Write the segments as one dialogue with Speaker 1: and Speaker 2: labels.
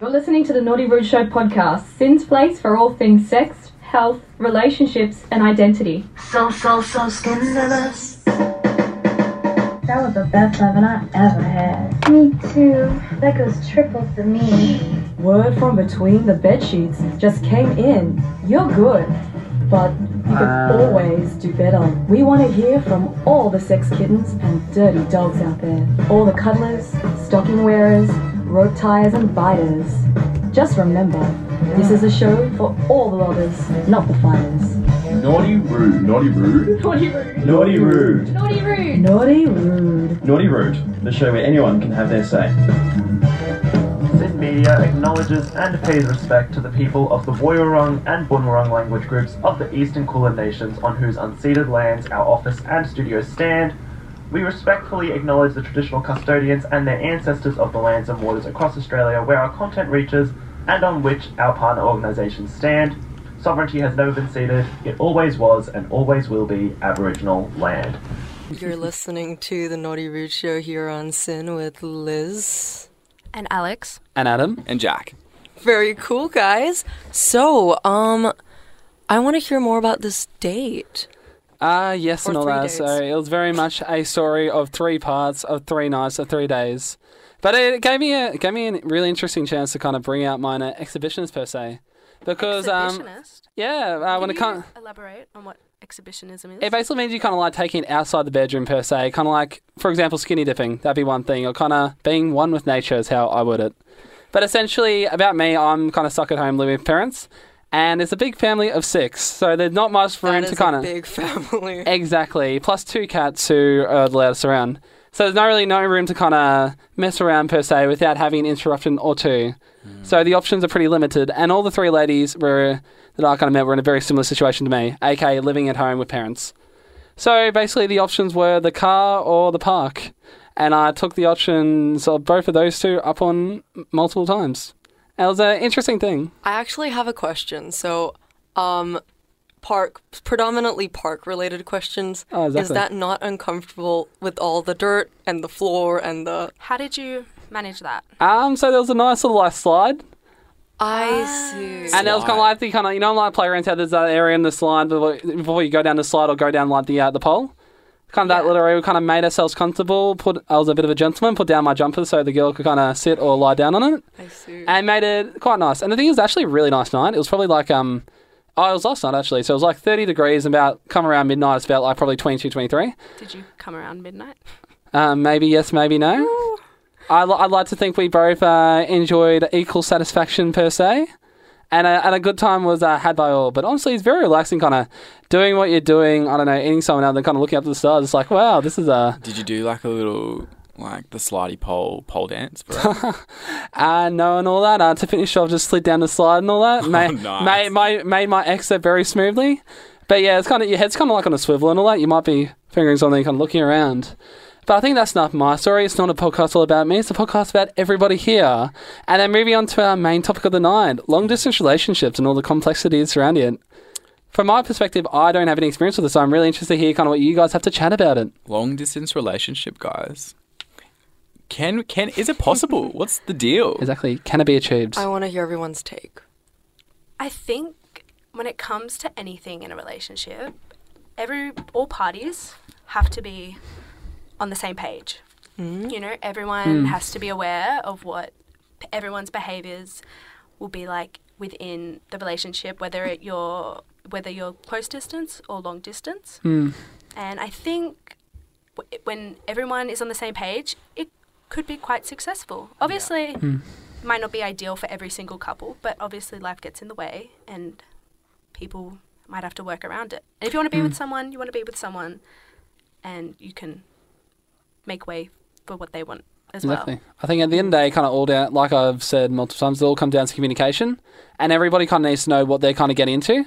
Speaker 1: You're listening to the Naughty Rude Show podcast, Sin's place for all things sex, health, relationships, and identity.
Speaker 2: So, so, so scandalous.
Speaker 3: That was the best loving I ever had.
Speaker 4: Me too. That goes triple for me.
Speaker 5: Word from between the bed sheets just came in. You're good, but you can
Speaker 6: Wow.
Speaker 5: always do better. We want to hear from all the sex kittens and dirty dogs out there. All the cuddlers, stocking wearers, rope ties, and biters. Just remember, this is a show for all the lovers, not the fighters.
Speaker 7: Naughty Rude. Naughty Rude.
Speaker 1: Naughty Rude.
Speaker 6: Naughty Rude.
Speaker 1: Naughty Rude.
Speaker 5: Naughty rude.
Speaker 6: Naughty Rude, the show where anyone can have their say.
Speaker 8: Sin Media acknowledges and pays respect to the people of the Woiwurrung and Bunwurrung language groups of the Eastern Kulin Nations on whose unceded lands our office and studios stand. We respectfully acknowledge the traditional custodians and their ancestors of the lands and waters across Australia where our content reaches and on which our partner organisations stand. Sovereignty has never been ceded, it always was and always will be Aboriginal land.
Speaker 9: You're listening to the Naughty Rude Show here on Sin with Liz.
Speaker 10: And Alex,
Speaker 11: and Adam and Jack.
Speaker 9: Very cool, guys. So, um, I want to hear more about this date.
Speaker 11: Ah, yes,
Speaker 9: Or
Speaker 11: and all
Speaker 9: three
Speaker 11: that.
Speaker 9: days.
Speaker 11: So it was very much a story of three parts, of three nights, of three days. But it gave me a it gave me a really interesting chance to kind of bring out mine uh, exhibitionist per se, because um
Speaker 10: exhibitionist.
Speaker 11: yeah, uh, when
Speaker 10: Can
Speaker 11: it
Speaker 10: you
Speaker 11: comes
Speaker 10: elaborate on what exhibitionism is?
Speaker 11: It basically means you kind of like taking it outside the bedroom per se. Kind of like, for example, skinny dipping. That'd be one thing. Or kind of being one with nature is how I would it. But essentially, about me, I'm kind of stuck at home living with parents, and it's a big family of six, so there's not much room
Speaker 9: That
Speaker 11: to
Speaker 9: is
Speaker 11: kind
Speaker 9: a
Speaker 11: of
Speaker 9: big family.
Speaker 11: exactly. Plus two cats who are allowed us around, so there's not really no room to kind of mess around per se without having an interruption or two. So the options are pretty limited, and all the three ladies were that I kind of met were in a very similar situation to me, aka living at home with parents. So basically, the options were the car or the park, and I took the options of both of those two up on m- multiple times. And it was an interesting thing.
Speaker 9: I actually have a question. So, um, park predominantly park related questions.
Speaker 11: Oh,
Speaker 9: Is
Speaker 11: exactly.
Speaker 9: that not uncomfortable with all the dirt and the floor and the?
Speaker 10: How did you manage that?
Speaker 11: Um, so there was a nice little like, slide.
Speaker 9: I see.
Speaker 11: And it was kind of Slide. like the kind of you know like playgrounds how there's that area in the slide before before you go down the slide or go down like the uh, the pole. Kind of that little area. We kind of made ourselves comfortable. Put I was a bit of a gentleman. Put down my jumper so the girl could kind of sit or lie down on it,
Speaker 9: I see.
Speaker 11: and made it quite nice. And the thing is, actually, a really nice night. It was probably like um, oh, it was last night actually. So it was like 30 degrees. and About come around midnight, it's about like probably 22, 23.
Speaker 10: Did you come around midnight?
Speaker 11: Um, maybe yes, maybe no. I li- I'd like to think we both uh, enjoyed equal satisfaction per se, and a, and a good time was uh, had by all. But honestly, it's very relaxing, kind of doing what you're doing. I don't know, eating someone out, then kind of looking up to the stars. It's like, wow, this is a. Did you do like a little like the slidey pole pole dance, bro? uh, no, and all that. Uh, to finish off, just slid down the slide and all that. Made,
Speaker 7: nice.
Speaker 11: made, my made my exit very smoothly. But yeah, it's kind of your head's kind of like on a swivel and all that. You might be fingering something, kind of looking around. But I think that's not my story. It's not a podcast all about me. It's a podcast about everybody here. And then moving on to our main topic of the night long distance relationships and all the complexities surrounding it. From my perspective, I don't have any experience with this, so I'm really interested to hear kind of what you guys have to chat about it.
Speaker 7: Long distance relationship, guys. Can can is it possible? What's the deal?
Speaker 11: Exactly. Can it be achieved?
Speaker 9: I want to hear everyone's take.
Speaker 10: I think when it comes to anything in a relationship, every all parties have to be on the same page. You know, everyone has to be aware of what p- everyone's behaviors will be like within the relationship, whether it your whether you're close distance or long distance. And I think w- when everyone is on the same page, it could be quite successful. Obviously, might not be ideal for every single couple, but obviously life gets in the way and people might have to work around it. And if you want to be with someone, you want to be with someone and you can make way for what they want as
Speaker 11: Exactly.
Speaker 10: well.
Speaker 11: I think at the end of the day, kind of all down, like I've said multiple times, it all comes down to communication, and everybody kind of needs to know what they're kind of getting into,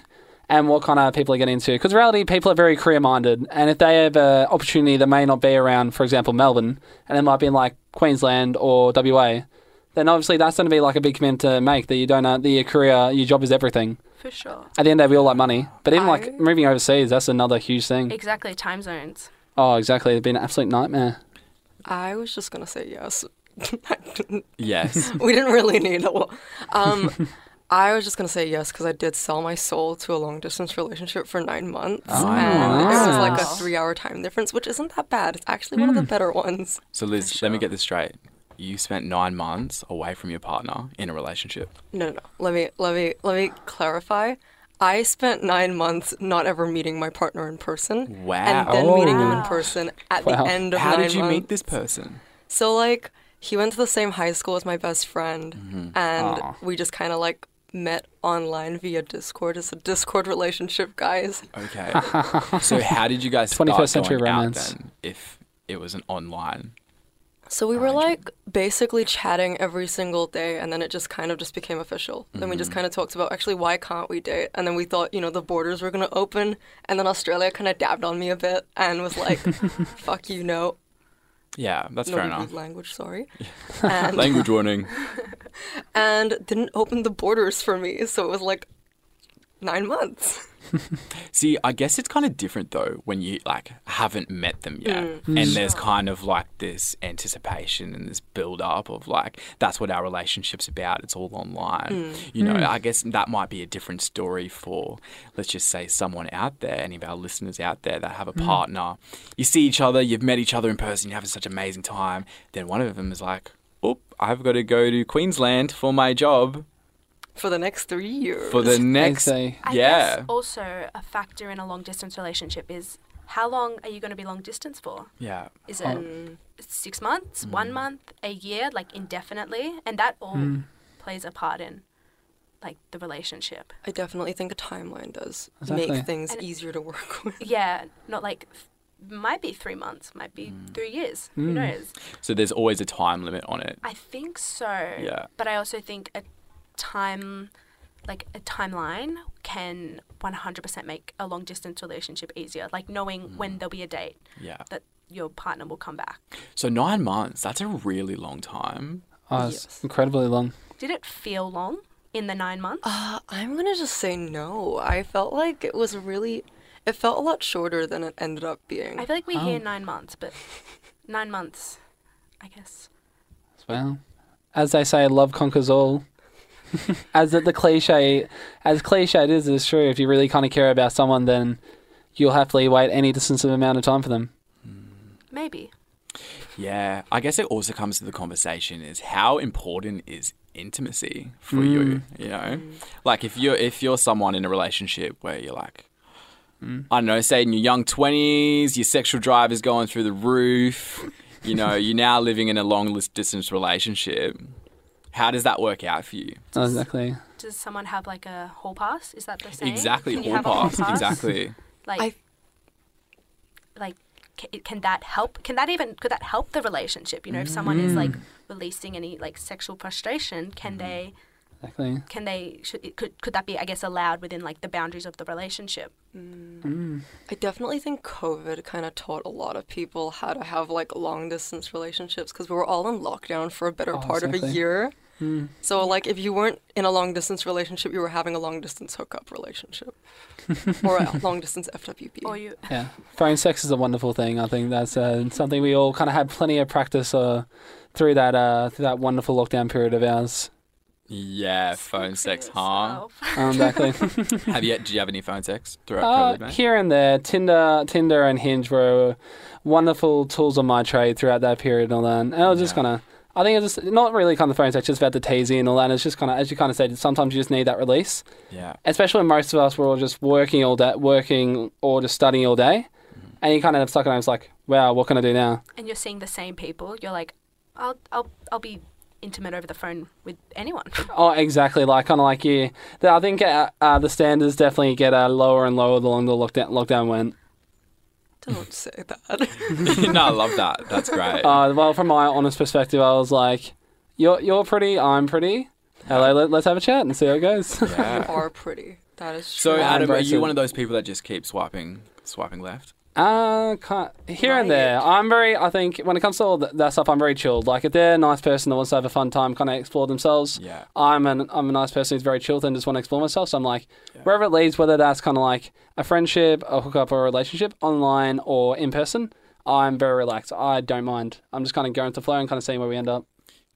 Speaker 11: and what kind of people are getting into. Because reality, people are very career minded, and if they have an opportunity that may not be around, for example, Melbourne, and it might be in like Queensland or WA, then obviously that's going to be like a big commitment to make that you don't know that your career, your job is everything.
Speaker 10: For sure.
Speaker 11: At the end of the day, we all like money, but even
Speaker 9: I-
Speaker 11: like moving overseas, that's another huge thing.
Speaker 10: Exactly, time zones.
Speaker 11: oh, exactly. It's been an absolute nightmare.
Speaker 9: I was just gonna say yes.
Speaker 7: Yes.
Speaker 9: we didn't really need a lot. Um, I was just gonna say yes because I did sell my soul to a long distance relationship for nine months,
Speaker 7: Oh,
Speaker 9: and it was like a
Speaker 7: nice.
Speaker 9: three hour time difference, which isn't that bad. It's actually one of the
Speaker 7: Hmm.
Speaker 9: better ones.
Speaker 7: So, Liz, let me get this straight. You spent nine months away from your partner in a relationship.
Speaker 9: No, no, no. Let me let me let me clarify. I spent nine months not ever meeting my partner in person. And then
Speaker 7: Wow.
Speaker 9: meeting him in
Speaker 7: Wow.
Speaker 9: person at
Speaker 7: Wow.
Speaker 9: the end of
Speaker 7: How
Speaker 9: nine
Speaker 7: did you
Speaker 9: months.
Speaker 7: meet this person?
Speaker 9: So like he went to the same high school as my best friend
Speaker 7: Mhm.
Speaker 9: and
Speaker 7: Aw.
Speaker 9: we just kind of like met online via Discord. It's a Discord relationship, guys.
Speaker 7: Okay. so, how did you guys start
Speaker 11: 21st
Speaker 7: 21st
Speaker 11: century
Speaker 7: century
Speaker 11: romance.
Speaker 7: romance. then if it was an online?
Speaker 9: So we were like basically chatting every single day and then it just kind of just became official. Then we just
Speaker 7: Mhm.
Speaker 9: kind of talked about actually why can't we date? And then we thought, you know, the borders were going to open and then Australia kind of dabbed on me a bit and was like, fuck you no.
Speaker 7: Yeah, that's
Speaker 9: no
Speaker 7: fair
Speaker 9: we-
Speaker 7: enough.
Speaker 9: Language, sorry.
Speaker 7: Language warning.
Speaker 9: and didn't open the borders for me. So it was like nine months.
Speaker 7: See, I guess it's kind of different though when you like haven't met them yet,
Speaker 9: Mm.
Speaker 7: and
Speaker 9: Mm.
Speaker 7: there's kind of like this anticipation and this build up of like that's what our relationship's about. It's all online,
Speaker 12: Mm.
Speaker 7: you know.
Speaker 12: Mm.
Speaker 7: I guess that might be a different story for let's just say someone out there, any of our listeners out there that have a
Speaker 12: Mm.
Speaker 7: partner. You see each other, you've met each other in person, you're having such an amazing time. Then one of them is like, "Oop, I've got to go to Queensland for my job
Speaker 9: For the next three years.
Speaker 7: for the next
Speaker 10: I
Speaker 7: yeah."
Speaker 10: guess also a factor in a long distance relationship is how long are you going to be long distance for?
Speaker 7: Yeah.
Speaker 10: Is it
Speaker 7: Oh. Mm.
Speaker 10: six months, one month, a year, like indefinitely? And that all
Speaker 9: Mm.
Speaker 10: plays a part in like the relationship.
Speaker 9: I definitely think a timeline does
Speaker 10: Exactly.
Speaker 9: make things
Speaker 10: And-
Speaker 9: easier to work with.
Speaker 10: Yeah, not like th- might be three months, might be three years. Who
Speaker 7: Mm.
Speaker 10: knows?
Speaker 7: So there's always a time limit on it.
Speaker 10: I think so.
Speaker 7: Yeah.
Speaker 10: But I also think a time, like a timeline, can 100% make a long distance relationship easier. Like knowing
Speaker 7: Mm.
Speaker 10: when there'll be a date
Speaker 7: Yeah.
Speaker 10: that your partner will come back.
Speaker 7: So nine months, that's a really long time.
Speaker 11: Oh, it's incredibly long.
Speaker 10: Did it feel long in the nine months?
Speaker 9: Uh, I'm gonna just say no. I felt like it was really, it felt a lot shorter than it ended up being.
Speaker 10: I feel like we
Speaker 11: Oh.
Speaker 7: um.
Speaker 10: hear nine months, but nine months, I guess.
Speaker 11: Well, as they say, love conquers all. as the, the cliche, as cliche it is, it's true. If you really kind of care about someone, then you'll happily wait any distance of amount of time for them.
Speaker 10: Maybe.
Speaker 7: Yeah. I guess it also comes to the conversation is how important is intimacy for
Speaker 11: Mm.
Speaker 7: you, you know? Like if you're if you're someone in a relationship where you're like I don't know, say in your young twenties, your sexual drive is going through the roof, you know, you're now living in a long lis- distance relationship. How does that work out for you?
Speaker 11: Oh, exactly.
Speaker 10: Does someone have like a hall pass? Is that the same?
Speaker 7: Exactly,
Speaker 10: Can you
Speaker 7: hall
Speaker 10: have a
Speaker 7: pass, exactly.
Speaker 10: Like, like, ca- can that help? Can that even could that help the relationship? You know, if someone is like
Speaker 11: Mm.
Speaker 10: releasing any like sexual frustration, can they?
Speaker 11: Exactly.
Speaker 10: Can they? Should, it- could could that be? I guess allowed within like the boundaries of the relationship.
Speaker 9: Mm.
Speaker 11: Mm-hmm.
Speaker 9: I definitely think COVID kind of taught a lot of people how to have like long distance relationships because we were all in lockdown for a better
Speaker 11: Oh,
Speaker 9: part of a
Speaker 11: exactly.
Speaker 9: year.
Speaker 11: Mm.
Speaker 9: So like, if you weren't in a long distance relationship, you were having a long distance hookup relationship or a long distance FWB.
Speaker 10: Or you
Speaker 11: Yeah. Phone sex is a wonderful thing. I think that's uh, something we all kind of had plenty of practice uh, through that uh, through that wonderful lockdown period of ours.
Speaker 7: Yeah, phone sex, huh?
Speaker 11: Um, exactly.
Speaker 7: have you do you have any phone sex
Speaker 11: Uh,
Speaker 7: throughout COVID, mate?
Speaker 11: here and there, Tinder, Tinder, and Hinge were wonderful tools of my trade throughout that period and all that. And I was just kind of, I think it's just not really kind of the phone sex, just about the teasing and all that. And it's just kind of, as you kind of said, sometimes you just need that release,
Speaker 7: Yeah.
Speaker 11: especially when most of us were all just working all day, working or just studying all day, and you kind of stuck at home. It's like, wow, what can I do now?
Speaker 10: and you're seeing the same people, you're like, I'll I'll I'll be intimate over the phone with anyone.
Speaker 11: Oh, exactly. Like kind of like you. The, I think uh, uh, the standards definitely get uh, lower and lower the longer the lockdown lockdown went.
Speaker 9: Don't say that.
Speaker 7: no, I love that. That's great.
Speaker 11: Uh, well, from my honest perspective, I was like, "You're you're pretty. I'm pretty. Hello, let, let's have a chat and see how it goes."
Speaker 9: you
Speaker 7: Yeah.
Speaker 9: are pretty. That is true.
Speaker 7: So, Adam, are
Speaker 11: embrace
Speaker 7: you
Speaker 11: it.
Speaker 7: one of those people that just keep swiping, swiping left?
Speaker 11: Uh, can't, here and there. I'm very. I think when it comes to all th- that stuff, I'm very chilled. Like if they're a nice person that wants to have a fun time, kind of explore themselves.
Speaker 7: Yeah.
Speaker 11: I'm an I'm a nice person who's very chilled and just want to explore myself. So I'm like, wherever it leads, whether that's kind of like a friendship, a hookup, or a relationship, online or in person, I'm very relaxed. I don't mind. I'm just kind of going with the flow and kind of seeing where we end up.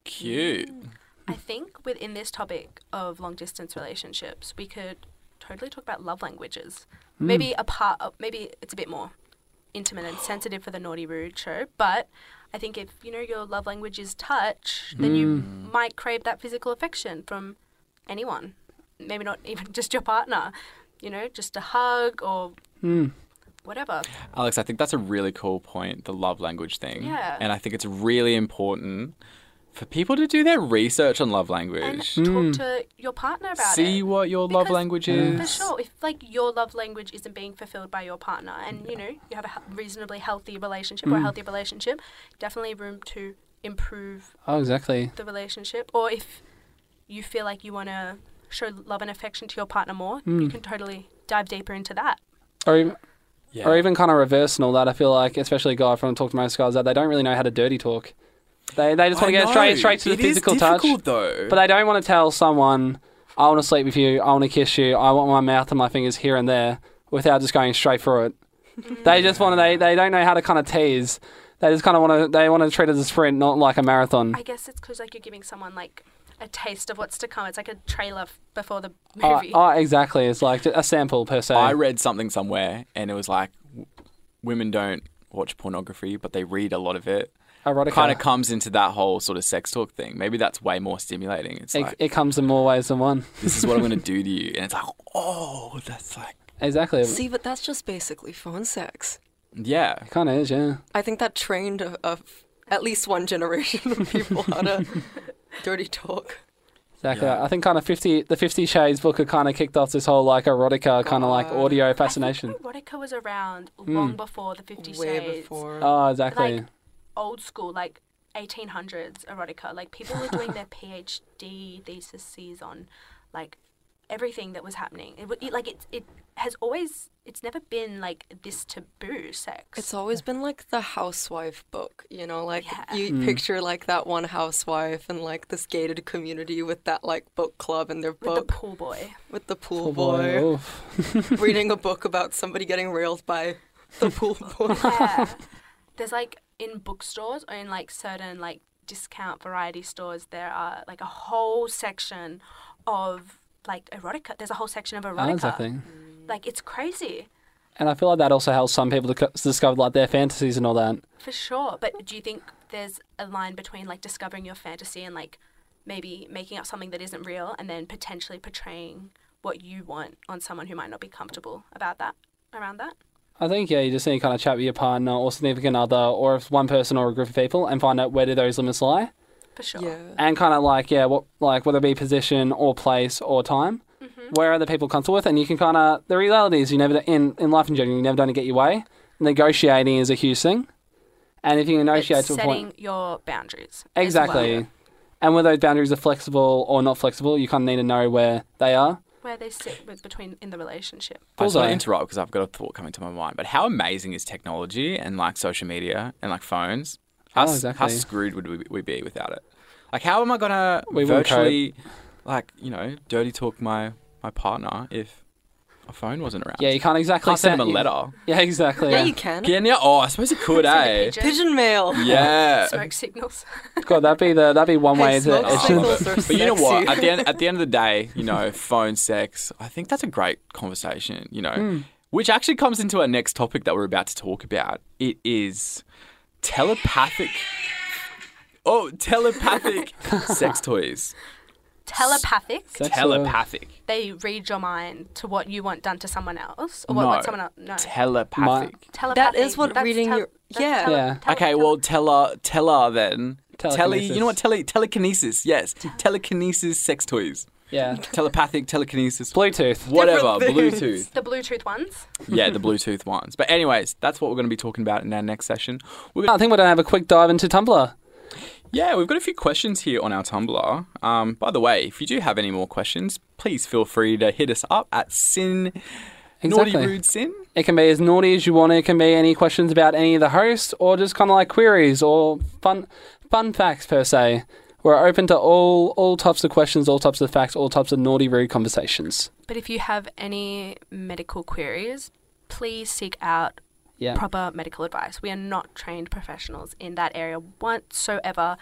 Speaker 7: Cute.
Speaker 11: Mm.
Speaker 10: I think within this topic of long distance relationships, we could totally talk about love languages.
Speaker 5: Mm.
Speaker 10: Maybe a part of, maybe it's a bit more intimate and sensitive for the naughty rude show, but I think if you know your love language is touch, then you
Speaker 5: Mm.
Speaker 10: might crave that physical affection from anyone. Maybe not even just your partner. You know, just a hug or whatever.
Speaker 7: Alex, I think that's a really cool point, the love language thing.
Speaker 10: Yeah.
Speaker 7: And I think it's really important for people to do their research on love language. Mm.
Speaker 10: Talk to your partner about it.
Speaker 7: See what your love language is.
Speaker 10: For sure, if like your love language isn't being fulfilled by your partner, and you know you have a he- reasonably healthy relationship or a
Speaker 11: Mm.
Speaker 10: healthy relationship, definitely room to improve
Speaker 11: Oh, exactly.
Speaker 10: the relationship. Or if you feel like you want to show love and affection to your partner more, you
Speaker 11: Mm.
Speaker 10: can totally dive deeper into that.
Speaker 11: Or even, or even kind of reversing all that. I feel like, especially guy from Talk to Most Guys, that they don't really know how to dirty talk. They, they just want to
Speaker 7: I
Speaker 11: get straight
Speaker 7: know.
Speaker 11: straight to the
Speaker 7: It is
Speaker 11: physical touch.
Speaker 7: difficult, though.
Speaker 11: But they don't want to tell someone, I want to sleep with you, I want to kiss you, I want my mouth and my fingers here and there, without just going straight for it. they just want to, they, they don't know how to kind of tease. They just kind of want to, they want to treat it as a sprint, not like a marathon.
Speaker 10: I guess it's because like you're giving someone like a taste of what's to come. It's like a trailer f- before the
Speaker 11: Oh,
Speaker 10: movie.
Speaker 11: oh, exactly. It's like a sample per se.
Speaker 7: I read something somewhere and it was like w- women don't watch pornography, but they read a lot of it.
Speaker 11: Erotica.
Speaker 7: Kind of comes into that whole sort of sex talk thing. Maybe that's way more stimulating. It's
Speaker 11: it,
Speaker 7: like,
Speaker 11: it comes in more ways than one.
Speaker 7: this is what I'm going to do to you. And it's like, oh, that's like,
Speaker 11: Exactly.
Speaker 9: See, but that's just basically phone sex.
Speaker 7: yeah.
Speaker 11: It kind of is, yeah.
Speaker 9: I think that trained a, a, at least one generation of people how to dirty talk.
Speaker 11: Exactly. I think kind of fifty, the Fifty Shades book had kind of kicked off this whole like erotica, kind of like
Speaker 10: Oh.
Speaker 11: audio fascination.
Speaker 10: Erotica was around long
Speaker 11: Mm.
Speaker 10: before the Fifty
Speaker 9: Way
Speaker 10: Shades.
Speaker 9: before.
Speaker 11: Oh, exactly.
Speaker 10: Like, old school, like 1800s erotica. Like people were doing their PhD theses on like everything that was happening. It, wa- it like it it has always it's never been like this taboo sex.
Speaker 9: It's always been like the housewife book, you know, like you
Speaker 10: Mm.
Speaker 9: picture like that one housewife and like this gated community with that like book club and their
Speaker 10: With
Speaker 9: book.
Speaker 10: the pool boy.
Speaker 9: With the
Speaker 11: Pool
Speaker 9: pool,
Speaker 11: boy,
Speaker 9: boy. reading a book about somebody getting railed by the pool boy.
Speaker 10: There's like in bookstores or in like certain like discount variety stores there are like a whole section of like erotica. There's a whole section of
Speaker 11: Oh,
Speaker 10: erotica.
Speaker 11: exactly.
Speaker 10: Like it's crazy.
Speaker 11: And I feel like that also helps some people to c- discover like their fantasies and all that.
Speaker 10: For sure. But do you think there's a line between like discovering your fantasy and like maybe making up something that isn't real and then potentially portraying what you want on someone who might not be comfortable about that around that?
Speaker 11: I think yeah, you just need to kind of chat with your partner or significant other, or if one person or a group of people, and find out where do those limits lie,
Speaker 10: For sure.
Speaker 11: and kind of like yeah, what like whether it be position or place or time,
Speaker 9: Mm-hmm.
Speaker 11: where are the people comfortable with, and you can kind of the reality is you never in in life in general you never going to get your way. Negotiating is a huge thing, and if you negotiate to a
Speaker 10: Setting
Speaker 11: point
Speaker 10: your boundaries. as
Speaker 11: exactly,
Speaker 10: well,
Speaker 11: and where those boundaries are flexible or not flexible, you kind of need to know where they are.
Speaker 10: where they sit with between in the relationship.
Speaker 7: I just want to
Speaker 11: Bullseye.
Speaker 7: interrupt because I've got a thought coming to my mind. But how amazing is technology and like social media and like phones? How,
Speaker 11: Oh,
Speaker 7: s- how
Speaker 11: exactly.
Speaker 7: screwed would we, we be without it? Like, how am I gonna
Speaker 11: We wouldn't cope.
Speaker 7: virtually, like, you know, dirty talk my my partner if a phone wasn't around?
Speaker 11: Yeah, you can't exactly
Speaker 7: Can't send them a
Speaker 11: you-
Speaker 7: letter.
Speaker 11: Yeah, exactly.
Speaker 9: Yeah, you can.
Speaker 7: Can you? Oh, I suppose you could, eh?
Speaker 9: Pigeon mail.
Speaker 7: Yeah.
Speaker 10: Smoke signals.
Speaker 11: God, that'd be the that'd be one
Speaker 9: Hey,
Speaker 11: way
Speaker 9: smoke
Speaker 11: to. it's just-
Speaker 9: signals are
Speaker 7: But you know
Speaker 9: sexy.
Speaker 7: what? At the end, at the end of the day, you know, phone sex. I think that's a great conversation. You know,
Speaker 11: Mm.
Speaker 7: which actually comes into our next topic that we're about to talk about. It is telepathic. Oh, telepathic sex toys.
Speaker 10: Telepathic.
Speaker 7: telepathic.
Speaker 10: They read your mind to what you want done to someone else or what,
Speaker 7: no.
Speaker 10: what someone else. No.
Speaker 7: Telepathic.
Speaker 10: telepathic.
Speaker 9: That is what
Speaker 10: That's
Speaker 9: reading
Speaker 10: tel-
Speaker 9: your-
Speaker 10: that's
Speaker 9: yeah.
Speaker 10: tele-
Speaker 11: Yeah.
Speaker 10: tele-
Speaker 7: okay, well, tele, tele then. Tele,
Speaker 11: Telekinesis.
Speaker 7: you know what? Tele, telekinesis. Yes, telekinesis sex toys.
Speaker 11: yeah.
Speaker 7: Telepathic, telekinesis,
Speaker 11: Bluetooth.
Speaker 7: whatever.
Speaker 9: Different
Speaker 7: Bluetooth.
Speaker 10: The Bluetooth ones.
Speaker 7: yeah, the Bluetooth ones. But anyways, that's what we're going to be talking about in our next session. We're
Speaker 11: I
Speaker 7: gonna,
Speaker 11: think we're gonna have a quick dive into Tumblr.
Speaker 7: yeah, we've got a few questions here on our Tumblr. Um, by the way, if you do have any more questions, please feel free to hit us up at sin naughty
Speaker 11: Exactly.
Speaker 7: rude sin.
Speaker 11: It can be as naughty as you want. It can be any questions about any of the hosts, or just kind of like queries or fun fun facts per se. We're open to all all types of questions, all types of facts, all types of naughty rude conversations.
Speaker 10: But if you have any medical queries, please seek out
Speaker 11: Yeah.
Speaker 10: proper medical advice. We are not trained professionals in that area whatsoever.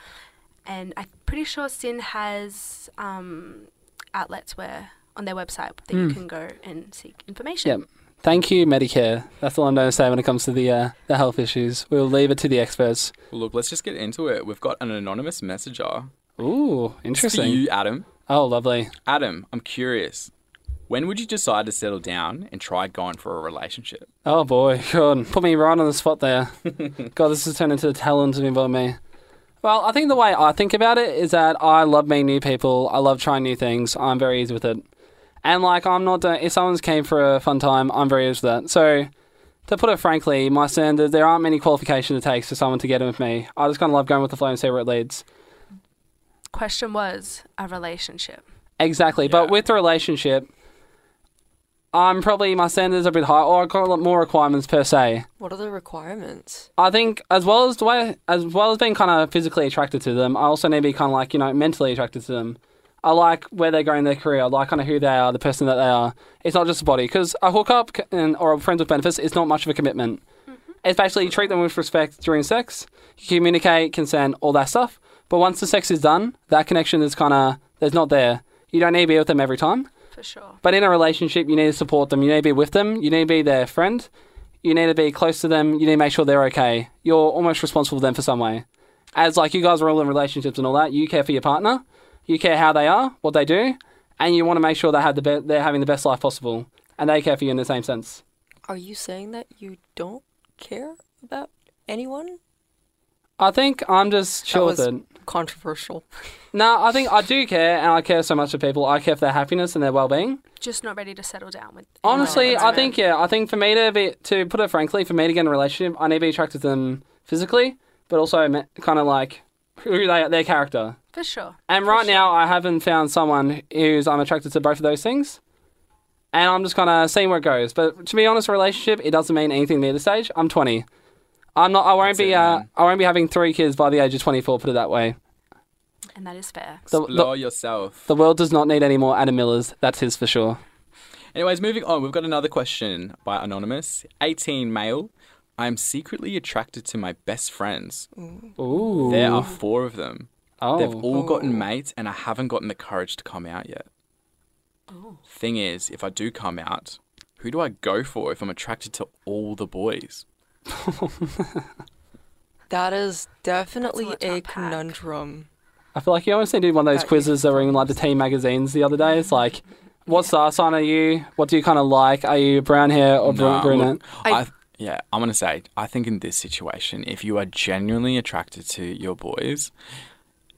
Speaker 10: and I'm pretty sure Sin has um, outlets where on their website that you
Speaker 11: Mm.
Speaker 10: can go and seek information.
Speaker 11: Yep. Thank you, Medicare. That's all I'm going to say when it comes to the uh, the health issues. We'll leave it to the experts.
Speaker 7: Well, look, let's just get into it. We've got an anonymous messenger.
Speaker 11: Ooh,
Speaker 7: It's
Speaker 11: interesting.
Speaker 7: for you, Adam.
Speaker 11: Oh, lovely.
Speaker 7: Adam, I'm curious. When would you decide to settle down and try going for a relationship?
Speaker 11: Oh boy, God, put me right on the spot there. God, this has turned into a talent of by me. Well, I think the way I think about it is that I love meeting new people. I love trying new things. I'm very easy with it, and like I'm not. Doing, if someone's came for a fun time, I'm very easy with that. So, to put it frankly, my standard there aren't many qualifications it takes for someone to get in with me. I just kind of love going with the flow and see where it leads.
Speaker 10: Question was a relationship.
Speaker 11: Exactly. But with the relationship, I'm probably my standards are a bit high, or I've got a lot more requirements per se.
Speaker 9: What are the requirements?
Speaker 11: I think as well as the way, as well as being kind of physically attracted to them, I also need to be kind of like you know mentally attracted to them. I like where they're going in their career. I like kind of who they are, the person that they are. It's not just a body because a hookup c- and or a friends with benefits is not much of a commitment.
Speaker 10: Mm-hmm.
Speaker 11: It's basically you treat them with respect during sex. You communicate, consent, all that stuff. But once the sex is done, that connection is kind of there's not there. You don't need to be with them every time.
Speaker 10: For sure.
Speaker 11: But in a relationship, you need to support them. You need to be with them. You need to be their friend. You need to be close to them. You need to make sure they're okay. You're almost responsible to them for some way. As like you guys are all in relationships and all that, you care for your partner. You care how they are, what they do, and you want to make sure they have the be- they're having the best life possible, and they care for you in the same sense.
Speaker 9: Are you saying that you don't care about anyone?
Speaker 11: I think I'm just chill
Speaker 9: that was
Speaker 11: with it.
Speaker 9: controversial.
Speaker 11: No, I think I do care, and I care so much for people. I care for their happiness and their well-being.
Speaker 10: Just not ready to settle down with.
Speaker 9: Oh,
Speaker 11: Honestly,
Speaker 10: that's
Speaker 11: I
Speaker 10: fair.
Speaker 11: think yeah, I think for me to be to put it frankly, for me to get in a relationship, I need to be attracted to them physically, but also kind of like who they their character.
Speaker 10: For sure.
Speaker 11: And right now, I haven't found someone who's I'm attracted to both of those things, and I'm just kind of seeing where it goes. But to be honest, a relationship it doesn't mean anything to me at this stage. I'm 20. I'm not. I won't be. uh, I won't be having three kids by the age of 24. Put it that way.
Speaker 10: And that is fair.
Speaker 11: The- the-
Speaker 7: Explore yourself.
Speaker 11: The world does not need any more Adam Millers. That's his for sure.
Speaker 7: Anyways, moving on, we've got another question by Anonymous. 18 male. I'm secretly attracted to my best friends.
Speaker 11: Ooh.
Speaker 7: There are four of them.
Speaker 11: Oh.
Speaker 7: They've all gotten mates, and I haven't gotten the courage to come out yet.
Speaker 11: Oh.
Speaker 7: Thing is, if I do come out, who do I go for if I'm attracted to all the boys?
Speaker 9: That is definitely a conundrum.
Speaker 11: I feel like you almost need to do one of those
Speaker 9: Right.
Speaker 11: quizzes that were in like the teen magazines the other day. It's like, what star sign are you? What do you kind of like? Are you brown hair or br-
Speaker 7: Nah,
Speaker 11: brunette?
Speaker 7: look, I, yeah, I'm gonna say. I think in this situation, if you are genuinely attracted to your boys,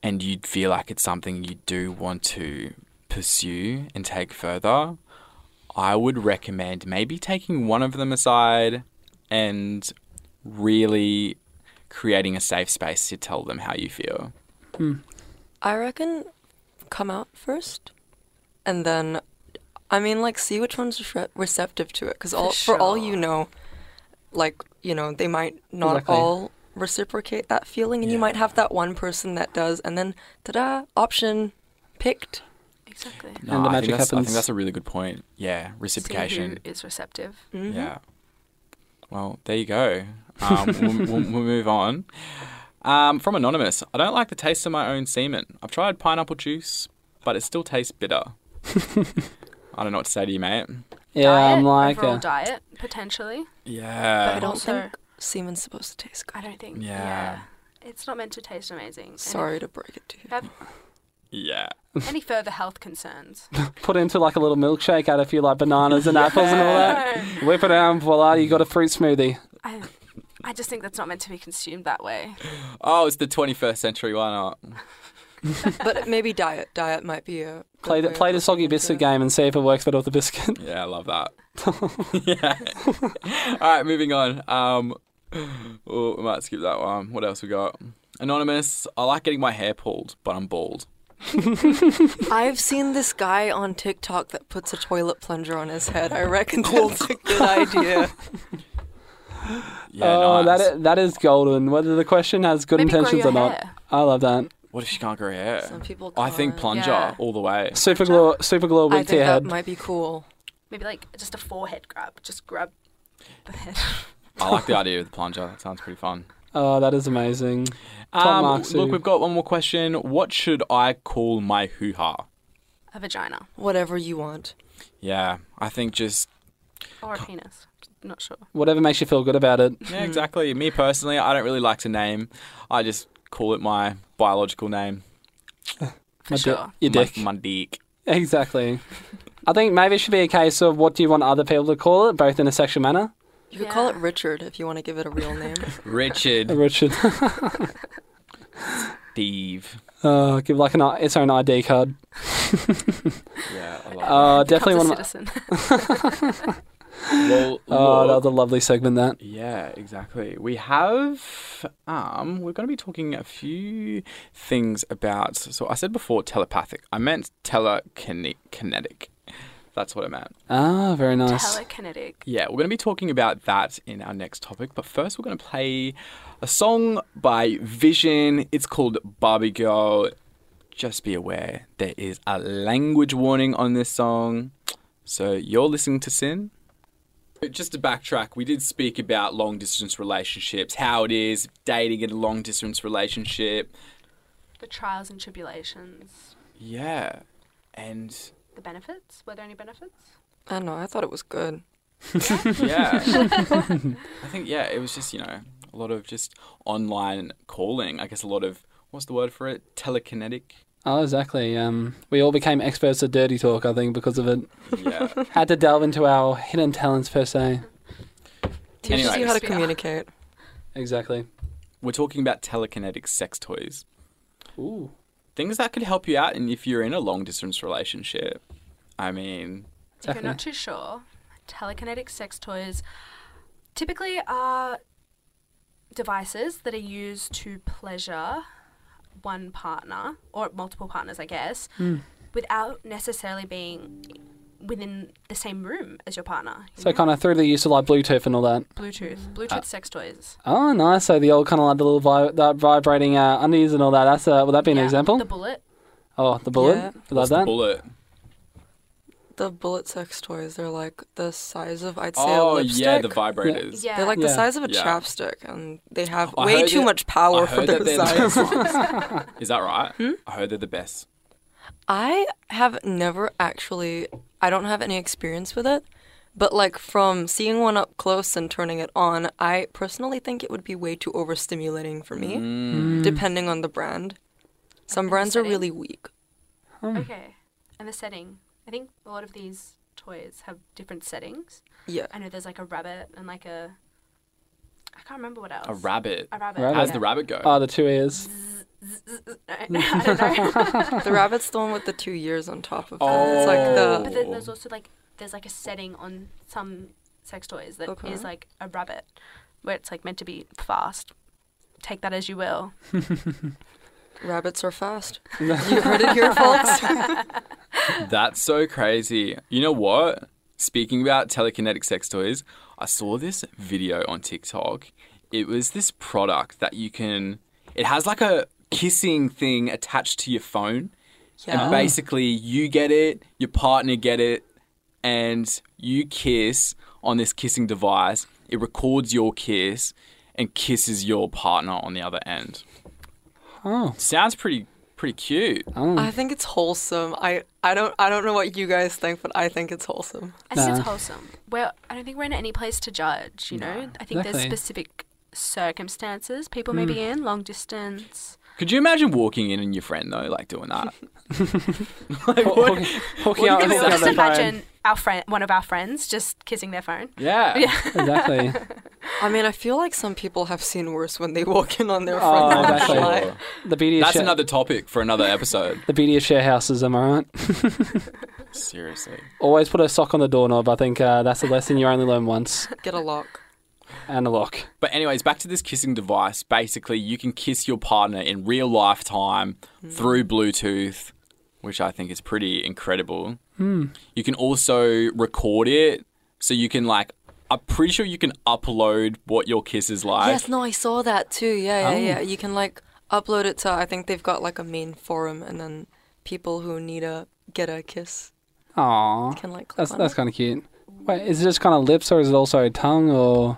Speaker 7: and you feel like it's something you do want to pursue and take further, I would recommend maybe taking one of them aside and really creating a safe space to tell them how you feel.
Speaker 9: I reckon come out first, and then, I mean, like, see which one's re- receptive to it. Because all for all you know, like you know, they might not
Speaker 11: Exactly.
Speaker 9: all reciprocate that feeling, and you might have that one person that does, and then ta-da, option picked.
Speaker 10: Exactly.
Speaker 7: No,
Speaker 11: And the
Speaker 7: I
Speaker 11: magic
Speaker 7: think that's, I
Speaker 11: happens.
Speaker 7: think that's a really good point. Yeah, reciprocation.
Speaker 10: See who is receptive.
Speaker 7: Yeah. Well, there you go. Um, we'll, we'll, we'll move on. Um, from Anonymous, I don't like the taste of my own semen. I've tried pineapple juice, but it still tastes bitter. I don't know what to say to you, mate.
Speaker 11: Yeah, I'm like,
Speaker 10: overall
Speaker 11: uh,
Speaker 10: diet potentially.
Speaker 7: Yeah.
Speaker 9: But I don't
Speaker 10: Also-
Speaker 9: think semen's supposed to taste
Speaker 10: I
Speaker 9: good.
Speaker 10: don't think.
Speaker 7: Yeah.
Speaker 10: It's not meant to taste amazing. And
Speaker 9: Sorry
Speaker 10: if
Speaker 9: to break it to you.
Speaker 10: you have
Speaker 7: Yeah.
Speaker 10: any further health concerns?
Speaker 11: put into like a little milkshake, add a few like bananas and apples and all that. Whip it out, and voila, you got a fruit smoothie.
Speaker 10: I, I just think that's not meant to be consumed that way.
Speaker 7: Oh, it's the 21st century. Why not?
Speaker 9: but maybe diet. Diet might be a good
Speaker 11: Play the
Speaker 9: way of
Speaker 11: play the
Speaker 9: looking
Speaker 11: soggy
Speaker 9: into
Speaker 11: biscuit
Speaker 9: it.
Speaker 11: game and see if it works better with the biscuit.
Speaker 7: Yeah, I love that. yeah. All right, moving on. Um, oh, we might skip that one. What else we got? Anonymous. I like getting my hair pulled, but I'm bald.
Speaker 9: I've seen this guy on TikTok that puts a toilet plunger on his head. I reckon that's a good idea.
Speaker 7: Yeah,
Speaker 11: oh,
Speaker 7: nice.
Speaker 11: that is, that is golden. Whether the question has good
Speaker 10: Maybe grow
Speaker 11: intentions
Speaker 10: your
Speaker 11: or not,
Speaker 10: hair.
Speaker 11: I love that.
Speaker 7: What if she can't grow hair?
Speaker 9: Some people
Speaker 7: I think
Speaker 9: can't.
Speaker 7: plunger
Speaker 10: Yeah.
Speaker 7: all the way.
Speaker 11: Super glow, super glow
Speaker 9: I
Speaker 11: wig to
Speaker 9: think
Speaker 11: your
Speaker 9: that
Speaker 11: head.
Speaker 9: might be cool.
Speaker 10: Maybe like just a forehead grab. Just grab the head.
Speaker 7: I like the idea of the plunger. That sounds pretty fun.
Speaker 11: Oh, that is amazing. Top
Speaker 7: Um,
Speaker 11: marks,
Speaker 7: look,
Speaker 11: Sue.
Speaker 7: we've got one more question. What should I call my hoo ha?
Speaker 10: A vagina
Speaker 9: Whatever you want.
Speaker 7: Yeah, I think just
Speaker 10: or a penis. Not sure.
Speaker 11: Whatever makes you feel good about it.
Speaker 7: yeah, exactly. Me personally, I don't really like to name. I just call it my biological name.
Speaker 11: My di-
Speaker 7: sure.
Speaker 11: your dick.
Speaker 7: My, my dick.
Speaker 11: Exactly. I think maybe it should be a case of what do you want other people to call it, both in a sexual manner.
Speaker 9: You could call it Richard if you want to give it a real name.
Speaker 7: Richard.
Speaker 11: Richard.
Speaker 7: Steve.
Speaker 11: Uh, give like an I- its own ID card.
Speaker 7: Yeah, I
Speaker 11: uh, definitely one.
Speaker 10: Becomes
Speaker 11: Of my-
Speaker 10: a citizen.
Speaker 7: Well,
Speaker 11: oh, that
Speaker 7: look.
Speaker 11: was a lovely segment. That
Speaker 7: Yeah, exactly. We have um we're going to be talking a few things about so I said before telepathic. I meant telekinetic. That's what I meant.
Speaker 11: ah, very nice.
Speaker 10: Telekinetic.
Speaker 7: Yeah, we're going to be talking about that in our next topic, but first we're going to play a song by Vision. It's called Barbie Girl. Just be aware there is a language warning on this song. So you're listening to Sin. Just to backtrack, we did speak about long distance relationships, how it is dating in a long distance relationship.
Speaker 10: The trials and tribulations.
Speaker 7: Yeah. And
Speaker 10: The benefits. Were there any benefits?
Speaker 9: I don't know. I thought it was good.
Speaker 7: yeah. I think yeah, it was just you know a lot of just online calling. I guess a lot of what's the word for it? Telekinetic.
Speaker 11: Oh, exactly. Um, we all became experts at dirty talk, I think, because of it.
Speaker 7: Yeah.
Speaker 11: Had to delve into our hidden talents per se.
Speaker 9: Teaches
Speaker 7: Anyway.
Speaker 9: you how to
Speaker 10: Yeah.
Speaker 9: communicate.
Speaker 11: Exactly.
Speaker 7: We're talking about telekinetic sex toys,
Speaker 11: Ooh.
Speaker 7: things that could help you out, and if you're in a long distance relationship, I mean,
Speaker 10: If you're not too sure, telekinetic sex toys typically are devices that are used to pleasure one partner or multiple partners, I guess, without necessarily being within the same room as your partner. you
Speaker 11: So
Speaker 10: know?
Speaker 11: kind of through the use of like Bluetooth and all that.
Speaker 10: Bluetooth, Bluetooth sex toys.
Speaker 11: Oh, nice. So the old kind of like the little vi- that vibrating uh, undies and all that. That's uh, would that be an
Speaker 10: Yeah,
Speaker 11: example?
Speaker 10: The bullet.
Speaker 11: oh, the bullet.
Speaker 9: Yeah.
Speaker 11: Love that.
Speaker 7: bullet.
Speaker 9: The bullet sex toys, they're like the size of, I'd say, a
Speaker 7: Oh
Speaker 9: lipstick.
Speaker 7: yeah, the vibrators.
Speaker 10: Yeah.
Speaker 9: They're like
Speaker 11: Yeah.
Speaker 9: the size of a
Speaker 7: Yeah.
Speaker 9: chapstick, and they have
Speaker 7: I
Speaker 9: way
Speaker 7: heard
Speaker 9: too
Speaker 7: that-
Speaker 9: much power
Speaker 7: I
Speaker 9: for
Speaker 7: heard
Speaker 9: their
Speaker 7: that they're the
Speaker 9: size.
Speaker 7: best ones. Is that right?
Speaker 9: Hmm?
Speaker 7: I heard they're the best.
Speaker 9: I have never actually, I don't have any experience with it, but like from seeing one up close and turning it on, I personally think it would be way too overstimulating for me,
Speaker 7: Mm.
Speaker 9: depending on the brand. Some brands are
Speaker 10: setting.
Speaker 9: really weak.
Speaker 10: Okay. And the setting. I think a lot of these toys have different settings.
Speaker 9: Yeah.
Speaker 10: I know there's like a rabbit and like a. I can't remember what else.
Speaker 7: A rabbit.
Speaker 10: A rabbit.
Speaker 11: Rabbit.
Speaker 7: How's the rabbit go?
Speaker 9: Uh,
Speaker 11: Oh, the two ears.
Speaker 10: No, I don't know.
Speaker 9: The rabbit's the one with the two years on top of it. It's like
Speaker 10: but
Speaker 9: the.
Speaker 10: then there's also like there's like a setting on some sex toys that is
Speaker 9: Okay.
Speaker 10: like a rabbit, where it's like meant to be fast. Take that as you will.
Speaker 7: Oh.
Speaker 9: Rabbits are fast. you heard it here, folks.
Speaker 7: That's so crazy. You know what? Speaking about telekinetic sex toys, I saw this video on TikTok. It was this product that you can, it has like a kissing thing attached to your phone.
Speaker 9: Yeah.
Speaker 7: And basically, you get it, your partner get it, and you kiss on this kissing device. It records your kiss and kisses your partner on the other end.
Speaker 11: Oh.
Speaker 7: Sounds pretty pretty cute.
Speaker 9: I think it's wholesome. I, I don't I don't know what you guys think, but I think it's wholesome.
Speaker 10: I think
Speaker 11: Nah.
Speaker 10: it's wholesome. Well, I don't think we're in any place to judge. You know, I think there's
Speaker 11: Exactly. Mm.
Speaker 10: specific circumstances people may be in, long distance.
Speaker 7: Could you imagine walking in and your friend though, like doing that? like, what-
Speaker 11: Hooking out,
Speaker 10: Can we
Speaker 11: hooking out
Speaker 10: all just
Speaker 11: their phone.
Speaker 10: imagine our friend, one of our friends, just kissing their phone?
Speaker 7: Yeah.
Speaker 11: Exactly.
Speaker 9: I mean, I feel like some people have seen worse when they walk in on their
Speaker 11: Oh,
Speaker 9: friends. on
Speaker 11: that's
Speaker 9: the
Speaker 11: true.
Speaker 9: fly.
Speaker 7: Sure.
Speaker 11: The beauty of
Speaker 7: That's
Speaker 11: share-
Speaker 7: another topic for another episode.
Speaker 11: the beauty of share houses. Am I right?
Speaker 7: Seriously.
Speaker 11: Always put a sock on the doorknob. I think uh, that's a lesson you only learn once.
Speaker 9: Get a lock.
Speaker 11: And a lock.
Speaker 7: But anyways, back to this kissing device. Basically, you can kiss your partner in real life time through Bluetooth, which I think is pretty incredible. You can also record it, so you can like. I'm pretty sure you can upload what your kiss is like.
Speaker 9: Yes, no, I saw that too. Yeah, yeah,
Speaker 11: Oh.
Speaker 9: yeah. You can like upload it to. I think they've got like a main forum, and then people who need a get a kiss
Speaker 11: Aww.
Speaker 9: can like click
Speaker 11: That's
Speaker 9: on
Speaker 11: that's
Speaker 9: it.
Speaker 11: kind of cute. Wait, is it just kind of lips or is it also tongue or?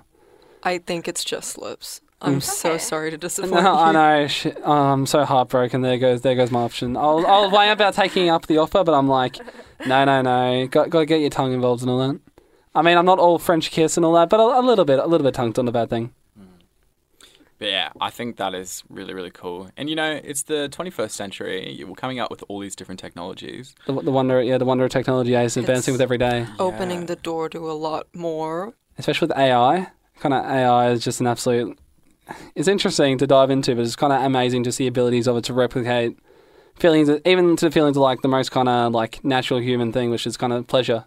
Speaker 9: I think it's just lips. I'm so sorry to disappoint
Speaker 11: Mm. No, I
Speaker 9: you.
Speaker 11: know. Shit. Oh, I'm so heartbroken. There goes, there goes my option. I'll, I'll weigh about taking up the offer, but I'm like, no, no, no. Got, got to get your tongue involved and all that. I mean, I'm not all French kiss and all that, but a, a little bit, a little bit tongue's not a bad thing.
Speaker 7: But yeah, I think that is really, really cool. And you know, it's the 21st century. We're coming out with all these different technologies.
Speaker 11: The, the wonder, yeah, the wonder of technology is advancing with every day,
Speaker 9: Opening the door to a lot more.
Speaker 11: especially with AI. Kind of AI is just an absolute. It's interesting to dive into, but it's kind of amazing to see abilities of it to replicate feelings, even to the feelings of like the most kind of like natural human thing, which is kind of pleasure.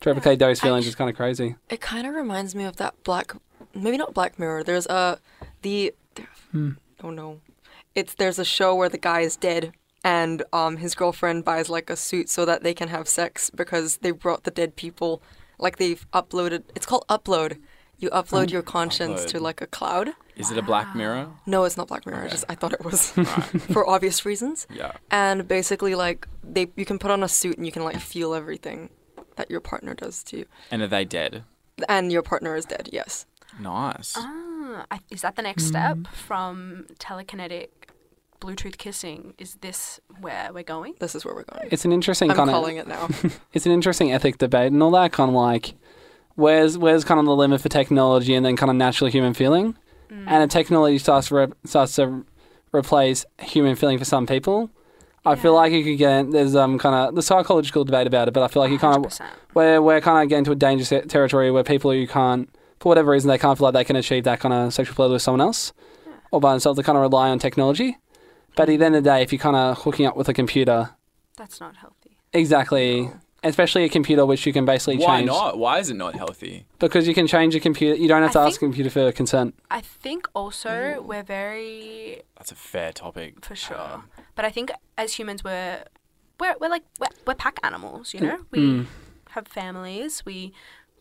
Speaker 11: To replicate those feelings is kind of crazy.
Speaker 9: It kind of reminds me of that black, maybe not Black Mirror. There's a the there,
Speaker 11: Hmm.
Speaker 9: oh no, it's there's a show where the guy is dead and um his girlfriend buys like a suit so that they can have sex because they brought the dead people, like they've uploaded. It's called upload. You upload your conscience to
Speaker 7: Upload.
Speaker 9: like a cloud.
Speaker 7: Is it a Black Mirror?
Speaker 9: No, it's not Black Mirror. I just I thought it was
Speaker 7: Right.
Speaker 9: for obvious reasons.
Speaker 7: Yeah.
Speaker 9: And basically, like they you can put on a suit and you can like feel everything that your partner does to you,
Speaker 7: And are they dead?
Speaker 9: and your partner is dead. Yes.
Speaker 7: Nice.
Speaker 10: Ah, I- is that the
Speaker 11: Mm.
Speaker 10: next step from telekinetic Bluetooth kissing? Is this where we're going?
Speaker 9: This is where we're going.
Speaker 11: It's an interesting
Speaker 9: I'm
Speaker 11: kind
Speaker 9: calling
Speaker 11: of.
Speaker 9: it now.
Speaker 11: it's an interesting ethic debate and all that kind of like, where's where's kind of the limit for technology and then kind of natural human feeling, and if technology starts to re- starts to replace human feeling for some people, I feel like you could get there's um kind of the psychological debate about it, but I feel like you kind of
Speaker 10: 100%.
Speaker 11: where we're kind of getting to a dangerous ter- territory where people who can't for whatever reason they can't feel like they can achieve that kind of sexual pleasure with someone else or by themselves they kind of rely on technology. But at the end of the day, if you're kind of hooking up with a computer,
Speaker 10: That's not healthy.
Speaker 11: Exactly. Especially a computer which you can basically
Speaker 7: Why
Speaker 11: change.
Speaker 7: not? Why is it not healthy?
Speaker 11: Because you can change a computer. You don't have to ask a computer for consent.
Speaker 10: I think also
Speaker 11: Mm.
Speaker 10: we're very
Speaker 7: That's a fair topic.
Speaker 10: for sure,
Speaker 7: Um,
Speaker 10: but I think as humans we're we're, we're like we're, we're pack animals. You know, we
Speaker 11: Mm.
Speaker 10: have families. We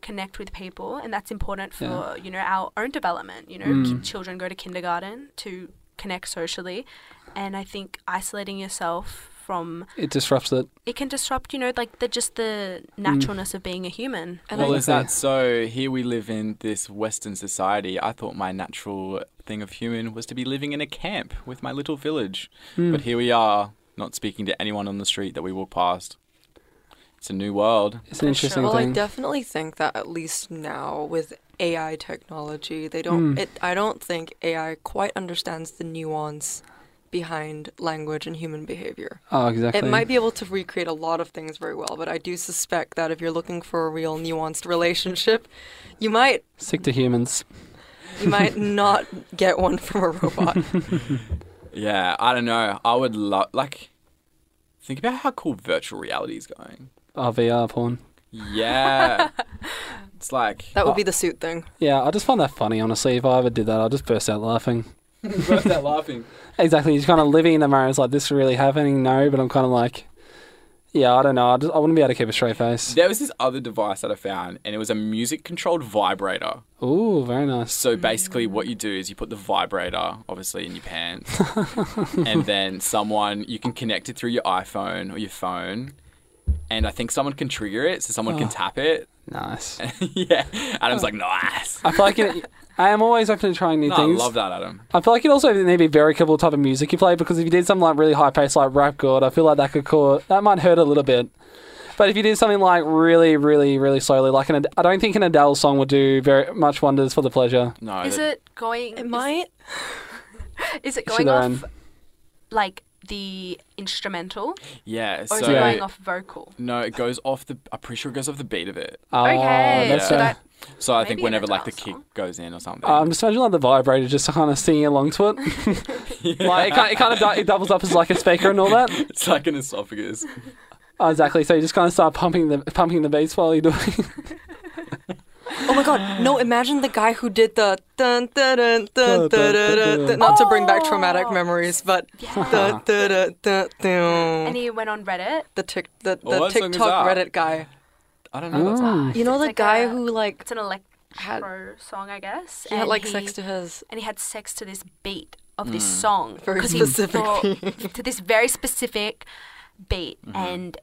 Speaker 10: connect with people, and that's important for
Speaker 11: Yeah.
Speaker 10: you know our own development. You know,
Speaker 11: Mm.
Speaker 10: ki- children go to kindergarten to connect socially, and I think isolating yourself from
Speaker 11: It disrupts it.
Speaker 10: it can disrupt you know like the just the
Speaker 11: Mm.
Speaker 10: naturalness of being a human.
Speaker 7: well, is that so? Here we live in this Western society. I thought my natural thing of human was to be living in a camp with my little village.
Speaker 11: Hmm.
Speaker 7: But here we are, not speaking to anyone on the street that we walk past. It's a new world.
Speaker 11: It's an interesting
Speaker 9: well, I
Speaker 11: thing.
Speaker 9: definitely think that at least now with AI technology, they don't.
Speaker 11: Mm.
Speaker 9: It, I don't think AI quite understands the nuance behind language and human behavior.
Speaker 11: Oh, exactly.
Speaker 9: It might be able to recreate a lot of things very well, but I do suspect that if you're looking for a real nuanced relationship, you might
Speaker 11: Sick to humans.
Speaker 9: you might not get one from a robot.
Speaker 7: Yeah, I don't know. I would love like think about how cool virtual reality is going.
Speaker 11: Oh, VR porn.
Speaker 7: Yeah. it's like
Speaker 9: That would be the suit thing.
Speaker 11: Yeah, I just find that funny, honestly. If I ever did that, I'd just burst out laughing.
Speaker 7: burst out laughing.
Speaker 11: Exactly. You're kind of living in the moment. It's like, this really happening? No, but I'm kind of like, yeah, I don't know. I, just, I wouldn't be able to keep a straight face.
Speaker 7: There was this other device that I found and it was a music controlled vibrator.
Speaker 11: Ooh, very nice.
Speaker 7: So basically, what you do is you put the vibrator, obviously, in your pants, and then someone you can connect it through your iPhone or your phone, and I think someone can trigger it, so someone can
Speaker 11: Oh.
Speaker 7: tap it.
Speaker 11: Nice.
Speaker 7: yeah, Adam's like, nice.
Speaker 11: I feel like it, I am always open to trying new
Speaker 7: No, I
Speaker 11: things.
Speaker 7: love that, Adam.
Speaker 11: I feel like it also need to be very couple type of music you play because if you did something like really high paced like rap god, I feel like that could cause that might hurt a little bit. But if you did something like really, really, really slowly, like an Ad- I don't think an Adele song would do very much wonders for the pleasure.
Speaker 7: No,
Speaker 10: Is
Speaker 7: that-
Speaker 10: it going?
Speaker 9: It
Speaker 10: is-
Speaker 9: might.
Speaker 10: Is it
Speaker 11: Each
Speaker 10: going
Speaker 11: their
Speaker 10: off
Speaker 11: own.
Speaker 10: like the instrumental,
Speaker 7: Yeah,
Speaker 10: or
Speaker 7: so
Speaker 10: is it going off vocal?
Speaker 7: no, it goes off the. I'm pretty sure it goes off the beat of it.
Speaker 11: Oh,
Speaker 10: Okay,
Speaker 11: that's
Speaker 10: so
Speaker 11: fair.
Speaker 10: that-
Speaker 7: So I
Speaker 10: Maybe
Speaker 7: think
Speaker 10: an
Speaker 7: whenever like the
Speaker 10: Adele
Speaker 7: kick
Speaker 10: song.
Speaker 7: goes in or something.
Speaker 11: I'm just imagining like the vibrator just kind of singing along to it. like it kind, it kind of du- it doubles up as like a speaker and all that.
Speaker 7: it's like an esophagus.
Speaker 11: Oh, exactly. So you just kind of start pumping the pumping the bass while you're doing.
Speaker 9: Oh my god, no, imagine the guy who did the dun dun dun dun dun dun dun, dun. not to bring back traumatic memories, but dun, dun, dun, dun, dun.
Speaker 10: And he went on Reddit.
Speaker 9: the tick the,
Speaker 7: Well,
Speaker 9: the
Speaker 7: that song is
Speaker 9: TikTok
Speaker 7: out.
Speaker 9: Reddit guy.
Speaker 7: I don't know. That's
Speaker 10: It's-
Speaker 9: You know
Speaker 10: it's
Speaker 9: the
Speaker 10: like
Speaker 9: guy
Speaker 10: a-
Speaker 9: who like
Speaker 10: It's an electro
Speaker 9: had
Speaker 10: song, I guess.
Speaker 9: he had
Speaker 10: and
Speaker 9: like
Speaker 10: he-
Speaker 9: sex to his
Speaker 10: and he had sex to this beat of this song
Speaker 9: Very
Speaker 10: 'cause he
Speaker 9: specific
Speaker 10: thought- to Mm-hmm. this very specific beat, and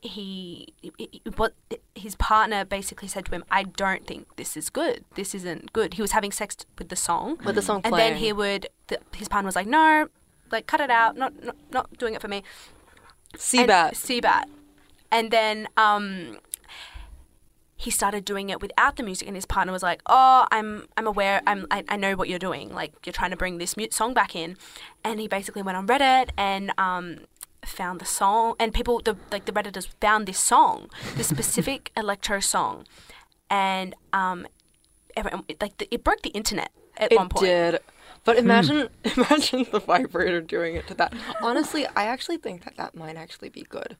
Speaker 10: he it, it, it, wa- it- his partner basically said to him, "I don't think this is good. This isn't good." He was having sex t- with the song,
Speaker 9: With the song
Speaker 10: and
Speaker 9: playing.
Speaker 10: then he would. The, his partner was like, "No, like cut it out. Not not, not doing it for me."
Speaker 9: Seabat.
Speaker 10: Seabat, and then um, he started doing it without the music, and his partner was like, "Oh, I'm I'm aware. I'm I, I know what you're doing. Like you're trying to bring this mute song back in," and he basically went on Reddit and um, found the song, and people the like the redditors found this song, this specific electro song, and um, everyone, it, like the, it broke the internet at
Speaker 9: it
Speaker 10: one point.
Speaker 9: did. But imagine, imagine the vibrator doing it to that. Honestly, I actually think that that might actually be good.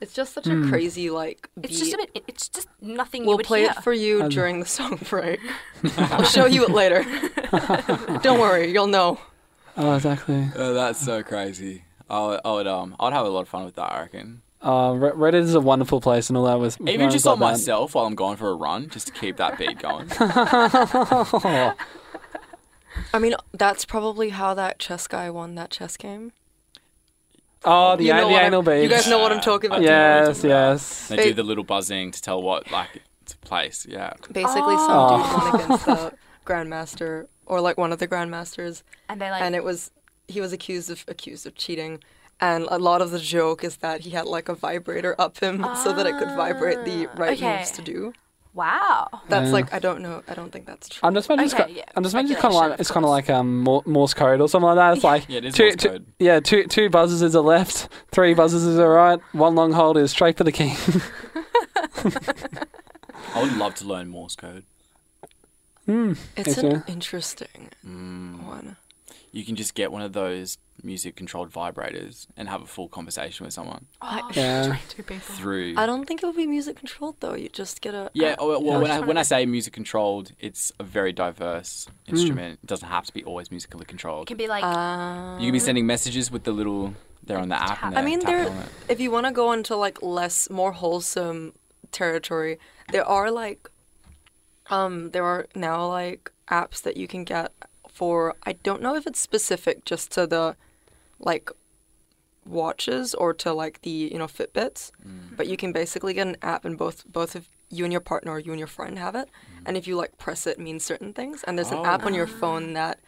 Speaker 9: It's just such
Speaker 10: Hmm.
Speaker 9: a crazy like. Beat.
Speaker 10: It's just a bit. it- It's just nothing. you
Speaker 9: We'll
Speaker 10: would
Speaker 9: play
Speaker 10: hear.
Speaker 9: it for you during the song break. I'll show you it later. Don't worry, you'll know.
Speaker 11: Oh, exactly.
Speaker 7: Oh, that's so crazy. I I would um I'd have a lot of fun with that. I reckon.
Speaker 11: Uh, Re- Reddit is a wonderful place, and all that was
Speaker 7: Even just on myself while I'm going for a run, just to keep that beat going.
Speaker 11: myself.
Speaker 9: I mean, that's probably how that chess guy won that chess game.
Speaker 11: Oh, the,
Speaker 9: You know
Speaker 11: the
Speaker 9: what I'm-
Speaker 11: anal beads.
Speaker 9: you guys know what I'm talking about.
Speaker 11: Yes, yes.
Speaker 7: They do the little buzzing to tell what like it's place. Yeah.
Speaker 9: Basically,
Speaker 11: Oh.
Speaker 9: some dude won against the grandmaster or like one of the grandmasters,
Speaker 10: And they like.
Speaker 9: and it was he was accused of accused of cheating. And a lot of the joke is that he had like a vibrator up him so that it could vibrate the right
Speaker 10: okay.
Speaker 9: moves to do.
Speaker 10: wow.
Speaker 9: That's
Speaker 11: Yeah.
Speaker 9: like I don't know. I don't think that's true.
Speaker 11: I'm just imagining
Speaker 10: Okay,
Speaker 11: it's, ki-
Speaker 10: yeah,
Speaker 11: I'm just imagining it's kind of
Speaker 10: speculation,
Speaker 11: like
Speaker 10: of
Speaker 11: it's kind of like um Mor- Morse code or something like that. It's like
Speaker 7: Yeah, it is
Speaker 11: two,
Speaker 7: Morse
Speaker 11: two-
Speaker 7: code.
Speaker 11: yeah, two two buzzers is a left, three buzzers is a right, one long hold is straight for the king.
Speaker 7: I would love to learn Morse code.
Speaker 11: Hmm.
Speaker 9: It's
Speaker 11: Okay.
Speaker 9: an interesting one.
Speaker 7: You can just get one of those music controlled vibrators and have a full conversation with someone
Speaker 9: I,
Speaker 11: yeah.
Speaker 10: Two people.
Speaker 7: through.
Speaker 9: I don't think it would be music controlled though. You just get a
Speaker 7: Yeah,
Speaker 9: a-
Speaker 7: oh, well,
Speaker 9: a-
Speaker 7: when I, when I say music controlled, it's a very diverse instrument. It doesn't have to be always musically
Speaker 10: It
Speaker 7: controlled.
Speaker 10: can be like.
Speaker 9: Uh,
Speaker 7: You can be sending messages with the little. They're on the app. And
Speaker 9: I mean,
Speaker 7: they're
Speaker 9: there.
Speaker 7: tapping on it.
Speaker 9: If you want to go into like less, more wholesome territory, there are like, um, there are now like apps that you can get for. I don't know if it's specific just to the, like, watches or to like the you know Fitbits, but you can basically get an app and both both of you and your partner or you and your friend have it, and if you like press it, it means certain things. And there's an app on your phone that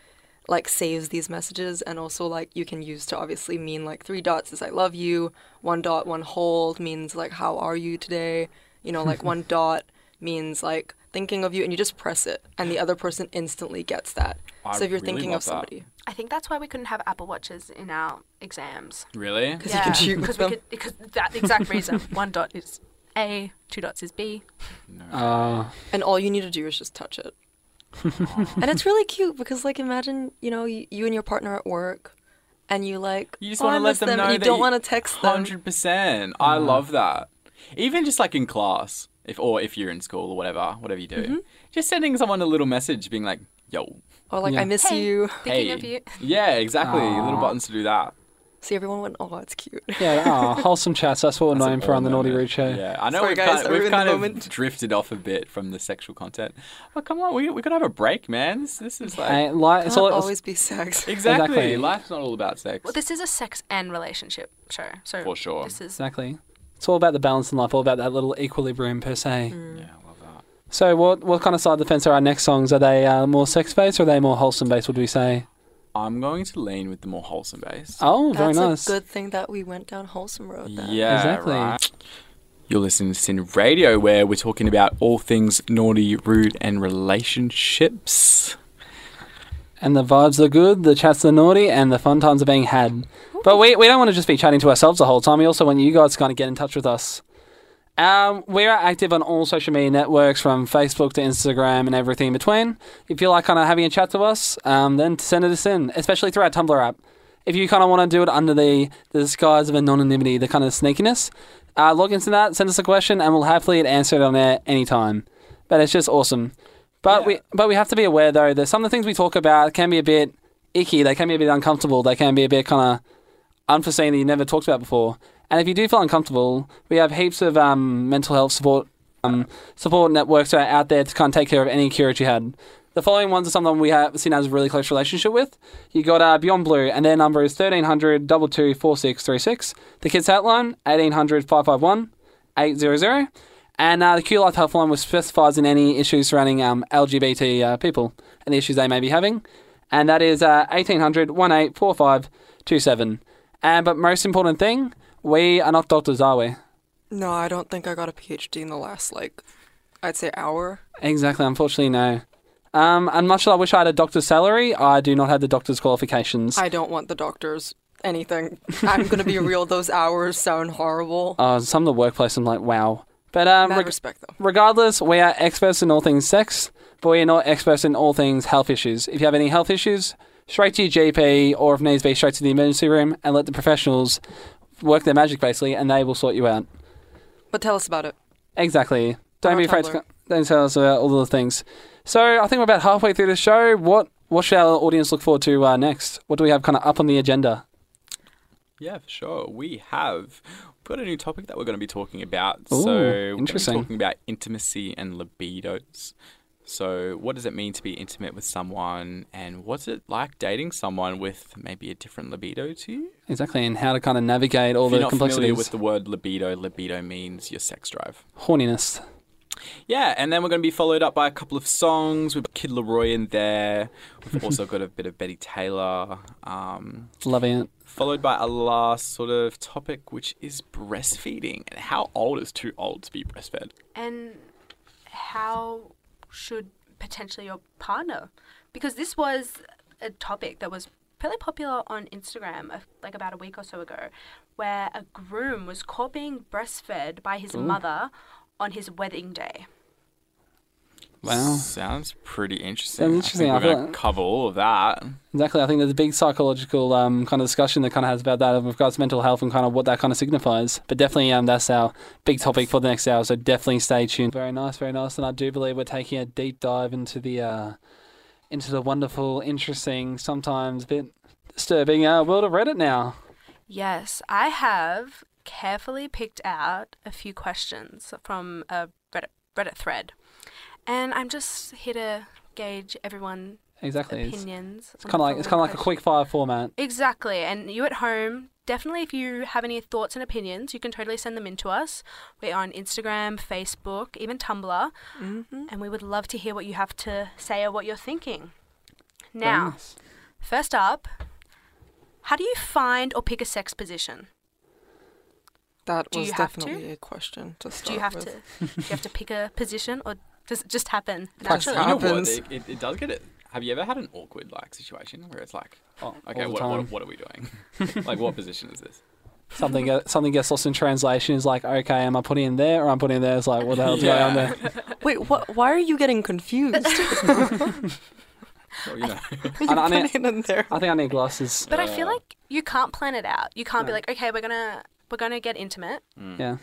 Speaker 9: like saves these messages and also like you can use to obviously mean like three dots is I love you, one dot one hold means like how are you today, you know like one dot means like thinking of you and you just press it and the other person instantly gets that.
Speaker 7: I
Speaker 9: so if you're
Speaker 7: really
Speaker 9: thinking
Speaker 7: love
Speaker 9: of
Speaker 7: that.
Speaker 9: somebody,
Speaker 10: I think that's why we couldn't have Apple Watches in our exams.
Speaker 7: Really?
Speaker 9: because you can shoot with
Speaker 10: because we
Speaker 9: them.
Speaker 10: could, because that exact reason. One dot is A, two dots is B.
Speaker 11: Uh,
Speaker 9: and all you need to do is just touch it. and it's really cute because, like, imagine you know you, you and your partner at work, and you like
Speaker 7: You just
Speaker 9: "Oh,
Speaker 7: want
Speaker 9: I
Speaker 7: to let
Speaker 9: miss
Speaker 7: them,
Speaker 9: them,"
Speaker 7: know
Speaker 9: and you
Speaker 7: that
Speaker 9: don't want to text them.
Speaker 7: Hundred percent. I love that. Even just like in class, if or if you're in school or whatever, whatever you do,
Speaker 9: Mm-hmm.
Speaker 7: just sending someone a little message, being like, "Yo,
Speaker 9: Or like,
Speaker 11: Yeah.
Speaker 9: I miss
Speaker 10: Hey.
Speaker 9: you.
Speaker 10: Thinking
Speaker 7: hey,
Speaker 10: of you.
Speaker 7: yeah, exactly." Little
Speaker 11: Aw.
Speaker 7: buttons to do that.
Speaker 9: See, everyone went, "Oh, it's cute."
Speaker 11: yeah, oh, wholesome chats. That's what we're
Speaker 7: That's an
Speaker 11: known for on the
Speaker 7: all
Speaker 11: Naughty
Speaker 7: moment.
Speaker 11: Rude show.
Speaker 7: Yeah, I know
Speaker 9: Sorry,
Speaker 7: we've
Speaker 9: guys,
Speaker 7: kind,
Speaker 9: I
Speaker 7: of, we've
Speaker 9: ruined the
Speaker 7: kind
Speaker 9: moment.
Speaker 7: of drifted off a bit from the sexual content. But come on, we we could have a break, man. This, this is like
Speaker 11: And li- it's
Speaker 9: Can't
Speaker 11: all,
Speaker 9: always be sex.
Speaker 7: exactly.
Speaker 11: Exactly.
Speaker 7: Life's not all about sex.
Speaker 10: Well, this is a sex and relationship show. So
Speaker 7: For sure.
Speaker 10: This is
Speaker 11: exactly. It's all about the balance in life. All about that little equilibrium per se.
Speaker 9: Mm.
Speaker 7: yeah, I love that.
Speaker 11: So, what what kind of side of the fence are our next songs? Are they uh, more sex based or are they more wholesome based? Would we say?
Speaker 7: I'm going to lean with the more wholesome base.
Speaker 11: Oh, very
Speaker 9: That's
Speaker 11: nice.
Speaker 9: a good thing that we went down wholesome road. Then.
Speaker 7: Yeah,
Speaker 11: Exactly.
Speaker 7: right. You're listening to Sin Radio, where we're talking about all things naughty, rude, and relationships.
Speaker 11: And the vibes are good, the chats are naughty, and the fun times are being had. But we, we don't want to just be chatting to ourselves the whole time. We also want you guys to kind of get in touch with us. Um, we are active on all social media networks from Facebook to Instagram and everything in between. If you like kind of having a chat to us, um, then send us in, especially through our Tumblr app. If you kind of want to do it under the, the disguise of anonymity, the kind of sneakiness, uh, log into that, send us a question, and we'll happily answer it on air anytime. But it's just awesome. But we but we have to be aware though that some of the things we talk about can be a bit icky. They can be a bit uncomfortable. They can be a bit kind of unforeseen that you never talked about before. And if you do feel uncomfortable, we have heaps of um, mental health support um, support networks that are out there to kind of take care of any curiosity you had. The following ones are someone we have seen has a really close relationship with. You got uh, Beyond Blue, and their number is 1300 224636. The Kids Outline, 1800 551 800. And uh, the Q Life Helpline was specifies in any issues surrounding um, LGBT uh, people and the issues they may be having. And that is uh, 1800 184527. And but most important thing, we are not doctors, are we?
Speaker 9: No, I don't think I got a PhD in the last like I'd say hour.
Speaker 11: Exactly. Unfortunately, no. Um, and much as I wish I had a doctor's salary, I do not have the doctor's qualifications.
Speaker 9: I don't want the doctors anything. I'm gonna be real. Those hours sound horrible.
Speaker 11: Uh, some of the workplace, I'm like, wow. But um,
Speaker 9: Mad
Speaker 11: reg-
Speaker 9: respect though.
Speaker 11: regardless, we are experts in all things sex, but we are not experts in all things health issues. If you have any health issues, straight to your GP, or if needs be, straight to the emergency room, and let the professionals work their magic basically, and they will sort you out.
Speaker 9: But tell us about it.
Speaker 11: Exactly. Don't
Speaker 9: on
Speaker 11: be afraid to
Speaker 9: Tumblr.
Speaker 11: co- don't tell us about all the things. So I think we're about halfway through the show. What what should our audience look forward to uh, next? What do we have kind of up on the agenda?
Speaker 7: Yeah, for sure. We have got a new topic that we're going to be talking about.
Speaker 11: Ooh,
Speaker 7: so we're gonna be
Speaker 11: interesting.
Speaker 7: talking about intimacy and libidos. So, what does it mean to be intimate with someone, and what's it like dating someone with maybe a different libido to you?
Speaker 11: Exactly, and how to kind of navigate all
Speaker 7: if you're
Speaker 11: the
Speaker 7: not familiar
Speaker 11: complexities,
Speaker 7: with the word libido, libido means your sex drive.
Speaker 11: horniness.
Speaker 7: Yeah, and then we're going to be followed up by a couple of songs. We've got Kid Leroy in there. We've also got a bit of Betty Taylor. Um,
Speaker 11: Loving it.
Speaker 7: followed by a last sort of topic, which is breastfeeding and how old is too old to be breastfed.
Speaker 10: And how should potentially your partner? Because this was a topic that was fairly popular on Instagram, uh, like about a week or so ago, where a groom was caught being breastfed by his
Speaker 7: Ooh.
Speaker 10: mother on his wedding day.
Speaker 11: Wow.
Speaker 7: sounds pretty interesting.
Speaker 11: Sounds
Speaker 7: I
Speaker 11: interesting,
Speaker 7: think
Speaker 11: I
Speaker 7: we're
Speaker 11: feel
Speaker 7: going
Speaker 11: like-
Speaker 7: to cover all of that.
Speaker 11: Exactly. I think there's a big psychological um, kind of discussion that kind of has about that with regards to mental health and kind of what that kind of signifies. But definitely, um, that's our big topic for the next hour. So definitely stay tuned. Very nice, very nice. And I do believe we're taking a deep dive into the uh, into the wonderful, interesting, sometimes a bit disturbing uh, world of Reddit now.
Speaker 10: Yes, I have carefully picked out a few questions from a Reddit, Reddit thread. And I'm just here to gauge everyone
Speaker 11: Exactly. It's-
Speaker 10: opinions.
Speaker 11: It's kind of like it's kind of like a quick fire format.
Speaker 10: Exactly. And you at home, definitely if you have any thoughts and opinions, you can totally send them in to us. We're on Instagram, Facebook, even Tumblr.
Speaker 11: Mm-hmm.
Speaker 10: And we would love to hear what you have to say or what you're thinking. Now,
Speaker 11: Nice.
Speaker 10: first up, how do you find or pick a sex position?
Speaker 9: That
Speaker 10: Do
Speaker 9: was
Speaker 10: you have to?
Speaker 9: definitely a question to start
Speaker 10: Do you have
Speaker 9: with.
Speaker 10: to do you have to pick a position or does it just happen?
Speaker 9: Just
Speaker 10: naturally?
Speaker 7: You know what?
Speaker 9: happens.
Speaker 7: It, it, it does get it. Have you ever had an awkward like situation where it's like,
Speaker 11: Oh,
Speaker 7: okay,
Speaker 11: all the
Speaker 7: what, what,
Speaker 11: time.
Speaker 7: what are we doing? like, what position is this?
Speaker 11: Something get, something gets lost in translation. Is like, okay, am I putting in there or I'm putting in there? It's like, what the hell's going on
Speaker 7: Yeah.
Speaker 11: there?
Speaker 9: Wait, what? Why are you getting confused?
Speaker 7: Well, you know.
Speaker 9: You
Speaker 11: I- I mean-
Speaker 9: put it in there.
Speaker 11: I think I need glasses.
Speaker 10: But I feel like you can't plan it out. You can't be like, okay, we're gonna we're gonna get intimate
Speaker 11: Yeah.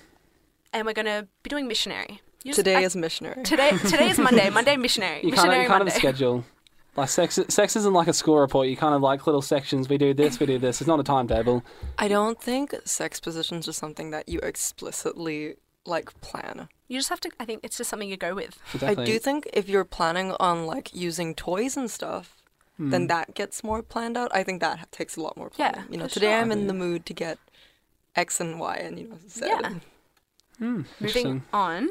Speaker 10: and we're gonna be doing missionary. You just-
Speaker 9: Today
Speaker 10: I-
Speaker 9: is missionary.
Speaker 10: today today is Monday. Monday missionary.
Speaker 11: you kind of
Speaker 10: missionary
Speaker 11: you kind of
Speaker 10: Monday.
Speaker 11: schedule. Like sex, sex isn't like a school report. You kind of like little sections. We do this, we do this. It's not a timetable.
Speaker 9: I don't think sex positions are something that you explicitly like plan.
Speaker 10: You just have to. I think it's just something you go with.
Speaker 11: Exactly.
Speaker 9: I do think if you're planning on like using toys and stuff, then that gets more planned out. I think that ha- takes a lot more
Speaker 10: Yeah,
Speaker 9: planning. you know,
Speaker 10: for
Speaker 9: today
Speaker 10: sure.
Speaker 9: I'm in the mood to get X and Y, and you know, Z.
Speaker 10: Yeah. Moving
Speaker 11: Interesting.
Speaker 10: on.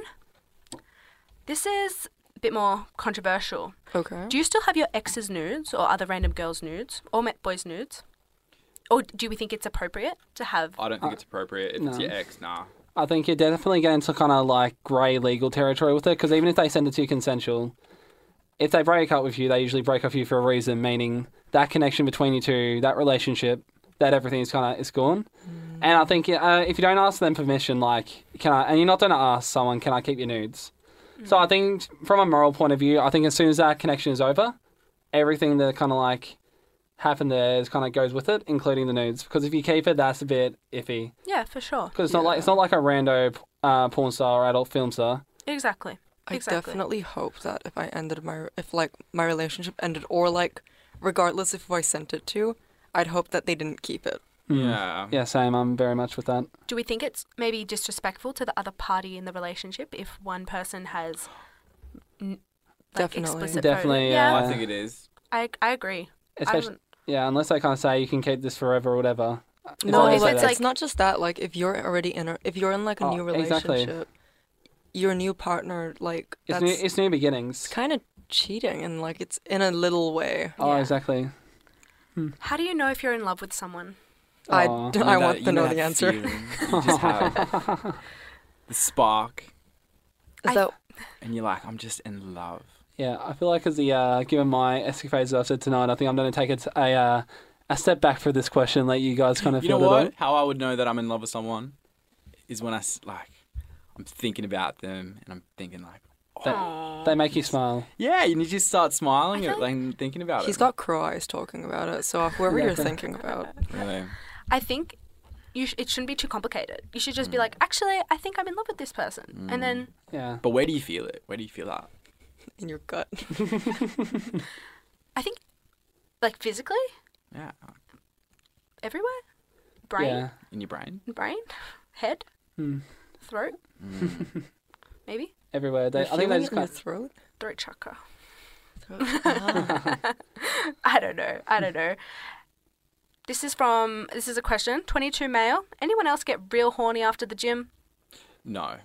Speaker 10: This is a bit more controversial.
Speaker 9: Okay.
Speaker 10: Do you still have your ex's nudes or other random girls' nudes or met boys' nudes? Or do we think it's appropriate to have?
Speaker 7: I don't think it's appropriate. If it's
Speaker 11: Uh, no.
Speaker 7: your ex, nah.
Speaker 11: I think you're definitely going to kind of like grey legal territory with it because even if they send it to you consensual, if they break up with you, they usually break up with you for a reason, meaning that connection between you two, that relationship, that everything is kind of is gone. And I think uh, if you don't ask them permission, like can I, and you're not going to ask someone, can I keep your nudes? So I think from a moral point of view, I think as soon as that connection is over, everything that kind of like happened there is kind of goes with it, including the nudes. Because if you keep it, that's a bit iffy.
Speaker 10: Yeah, for sure.
Speaker 11: Because it's not like it's not like a rando uh, porn star or adult film star.
Speaker 10: Exactly.
Speaker 9: I
Speaker 10: exactly.
Speaker 9: definitely hope that if I ended my if like my relationship ended or like regardless of who I sent it to, I'd hope that they didn't keep it.
Speaker 11: Mm-hmm.
Speaker 7: Yeah.
Speaker 11: Yeah, same. I'm very much with that.
Speaker 10: Do we think it's maybe disrespectful to the other party in the relationship if one person has n- like
Speaker 9: Definitely.
Speaker 10: explicit
Speaker 11: Definitely,
Speaker 10: photo-
Speaker 11: yeah.
Speaker 7: Oh, I think it is.
Speaker 10: I I agree. Um,
Speaker 11: Especially,
Speaker 10: wouldn't-
Speaker 11: yeah, unless they can't say you can keep this forever or whatever.
Speaker 9: No,
Speaker 11: long
Speaker 10: if
Speaker 11: as they
Speaker 9: it's,
Speaker 10: it's
Speaker 11: say
Speaker 10: like-
Speaker 9: not just that. Like if you're already in a if you're in like a
Speaker 11: Oh,
Speaker 9: new
Speaker 11: exactly.
Speaker 9: relationship, your new partner, like
Speaker 11: It's
Speaker 9: that's
Speaker 11: new, it's new beginnings.
Speaker 9: kind of cheating, and like it's in a little way.
Speaker 11: Oh, exactly.
Speaker 10: How do you know if you're in love with someone?
Speaker 9: I,
Speaker 11: Aw.
Speaker 9: d-
Speaker 11: You know
Speaker 9: I
Speaker 11: that-
Speaker 9: want
Speaker 11: you
Speaker 9: to
Speaker 11: know
Speaker 9: know,
Speaker 11: that
Speaker 9: the answer.
Speaker 7: feeling you just have. the spark,
Speaker 9: Is that
Speaker 7: and you're like, I'm just in love.
Speaker 11: Yeah, I feel like as the uh, given my escapades that I've said tonight, I think I'm going to take it a uh, a step back for this question. Let you guys kind of
Speaker 7: you know
Speaker 11: field
Speaker 7: what?
Speaker 11: it out.
Speaker 7: How I would know that I'm in love with someone is when I s- like, I'm thinking about them, and I'm thinking like,
Speaker 11: They, they make you smile.
Speaker 7: yeah, and you just start smiling and like, thinking about
Speaker 9: he's
Speaker 7: it.
Speaker 9: got crow eyes talking about it? So whoever you're
Speaker 11: Exactly.
Speaker 9: thinking about,
Speaker 7: Really.
Speaker 10: I think you sh- it shouldn't be too complicated. You should just be
Speaker 9: Mm.
Speaker 10: like, actually, I think I'm in love with this person, and then
Speaker 11: Yeah.
Speaker 7: But where do you feel it? Where do you feel that?
Speaker 9: in your gut.
Speaker 10: I think, like physically,
Speaker 7: Yeah,
Speaker 10: everywhere, brain,
Speaker 11: Yeah.
Speaker 7: in your brain.
Speaker 10: brain, head,
Speaker 11: Hmm.
Speaker 10: throat,
Speaker 9: Mm.
Speaker 10: maybe
Speaker 11: Everywhere. They, I think they
Speaker 9: Feeling
Speaker 11: just
Speaker 9: it in your
Speaker 11: kind
Speaker 9: throat.
Speaker 10: throat chakra.
Speaker 9: Throat. Ah.
Speaker 10: I don't know. I don't know. This is from this is a question. Twenty two male. Anyone else get real horny after the gym?
Speaker 7: No.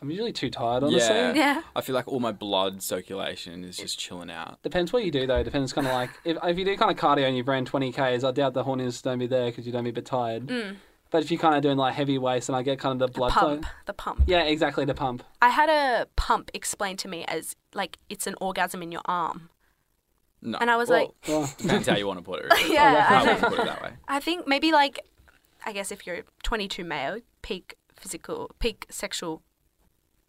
Speaker 11: I'm usually too tired, honestly.
Speaker 7: Yeah.
Speaker 10: Yeah.
Speaker 7: I feel like all my blood circulation is just chilling out.
Speaker 11: Depends what you do, though. Depends kind of like, if, if you do kind of cardio and you burn 20Ks, I doubt the horniness don't be there because you don't be a bit tired. But if you're kind of doing like heavy weights and I get kind of the blood flow.
Speaker 10: Pump. Mm. The pump.
Speaker 11: Yeah, exactly, the pump.
Speaker 10: I had a pump explained to me as like it's an orgasm in your arm.
Speaker 7: No.
Speaker 10: And I was
Speaker 7: Well,
Speaker 10: like-
Speaker 11: Oh,
Speaker 7: depends how you want to put it. Really.
Speaker 10: Yeah,
Speaker 7: I
Speaker 10: I
Speaker 7: wouldn't
Speaker 10: know.
Speaker 7: put it that way.
Speaker 10: I think maybe like, I guess if you're 22 male, peak physical, peak sexual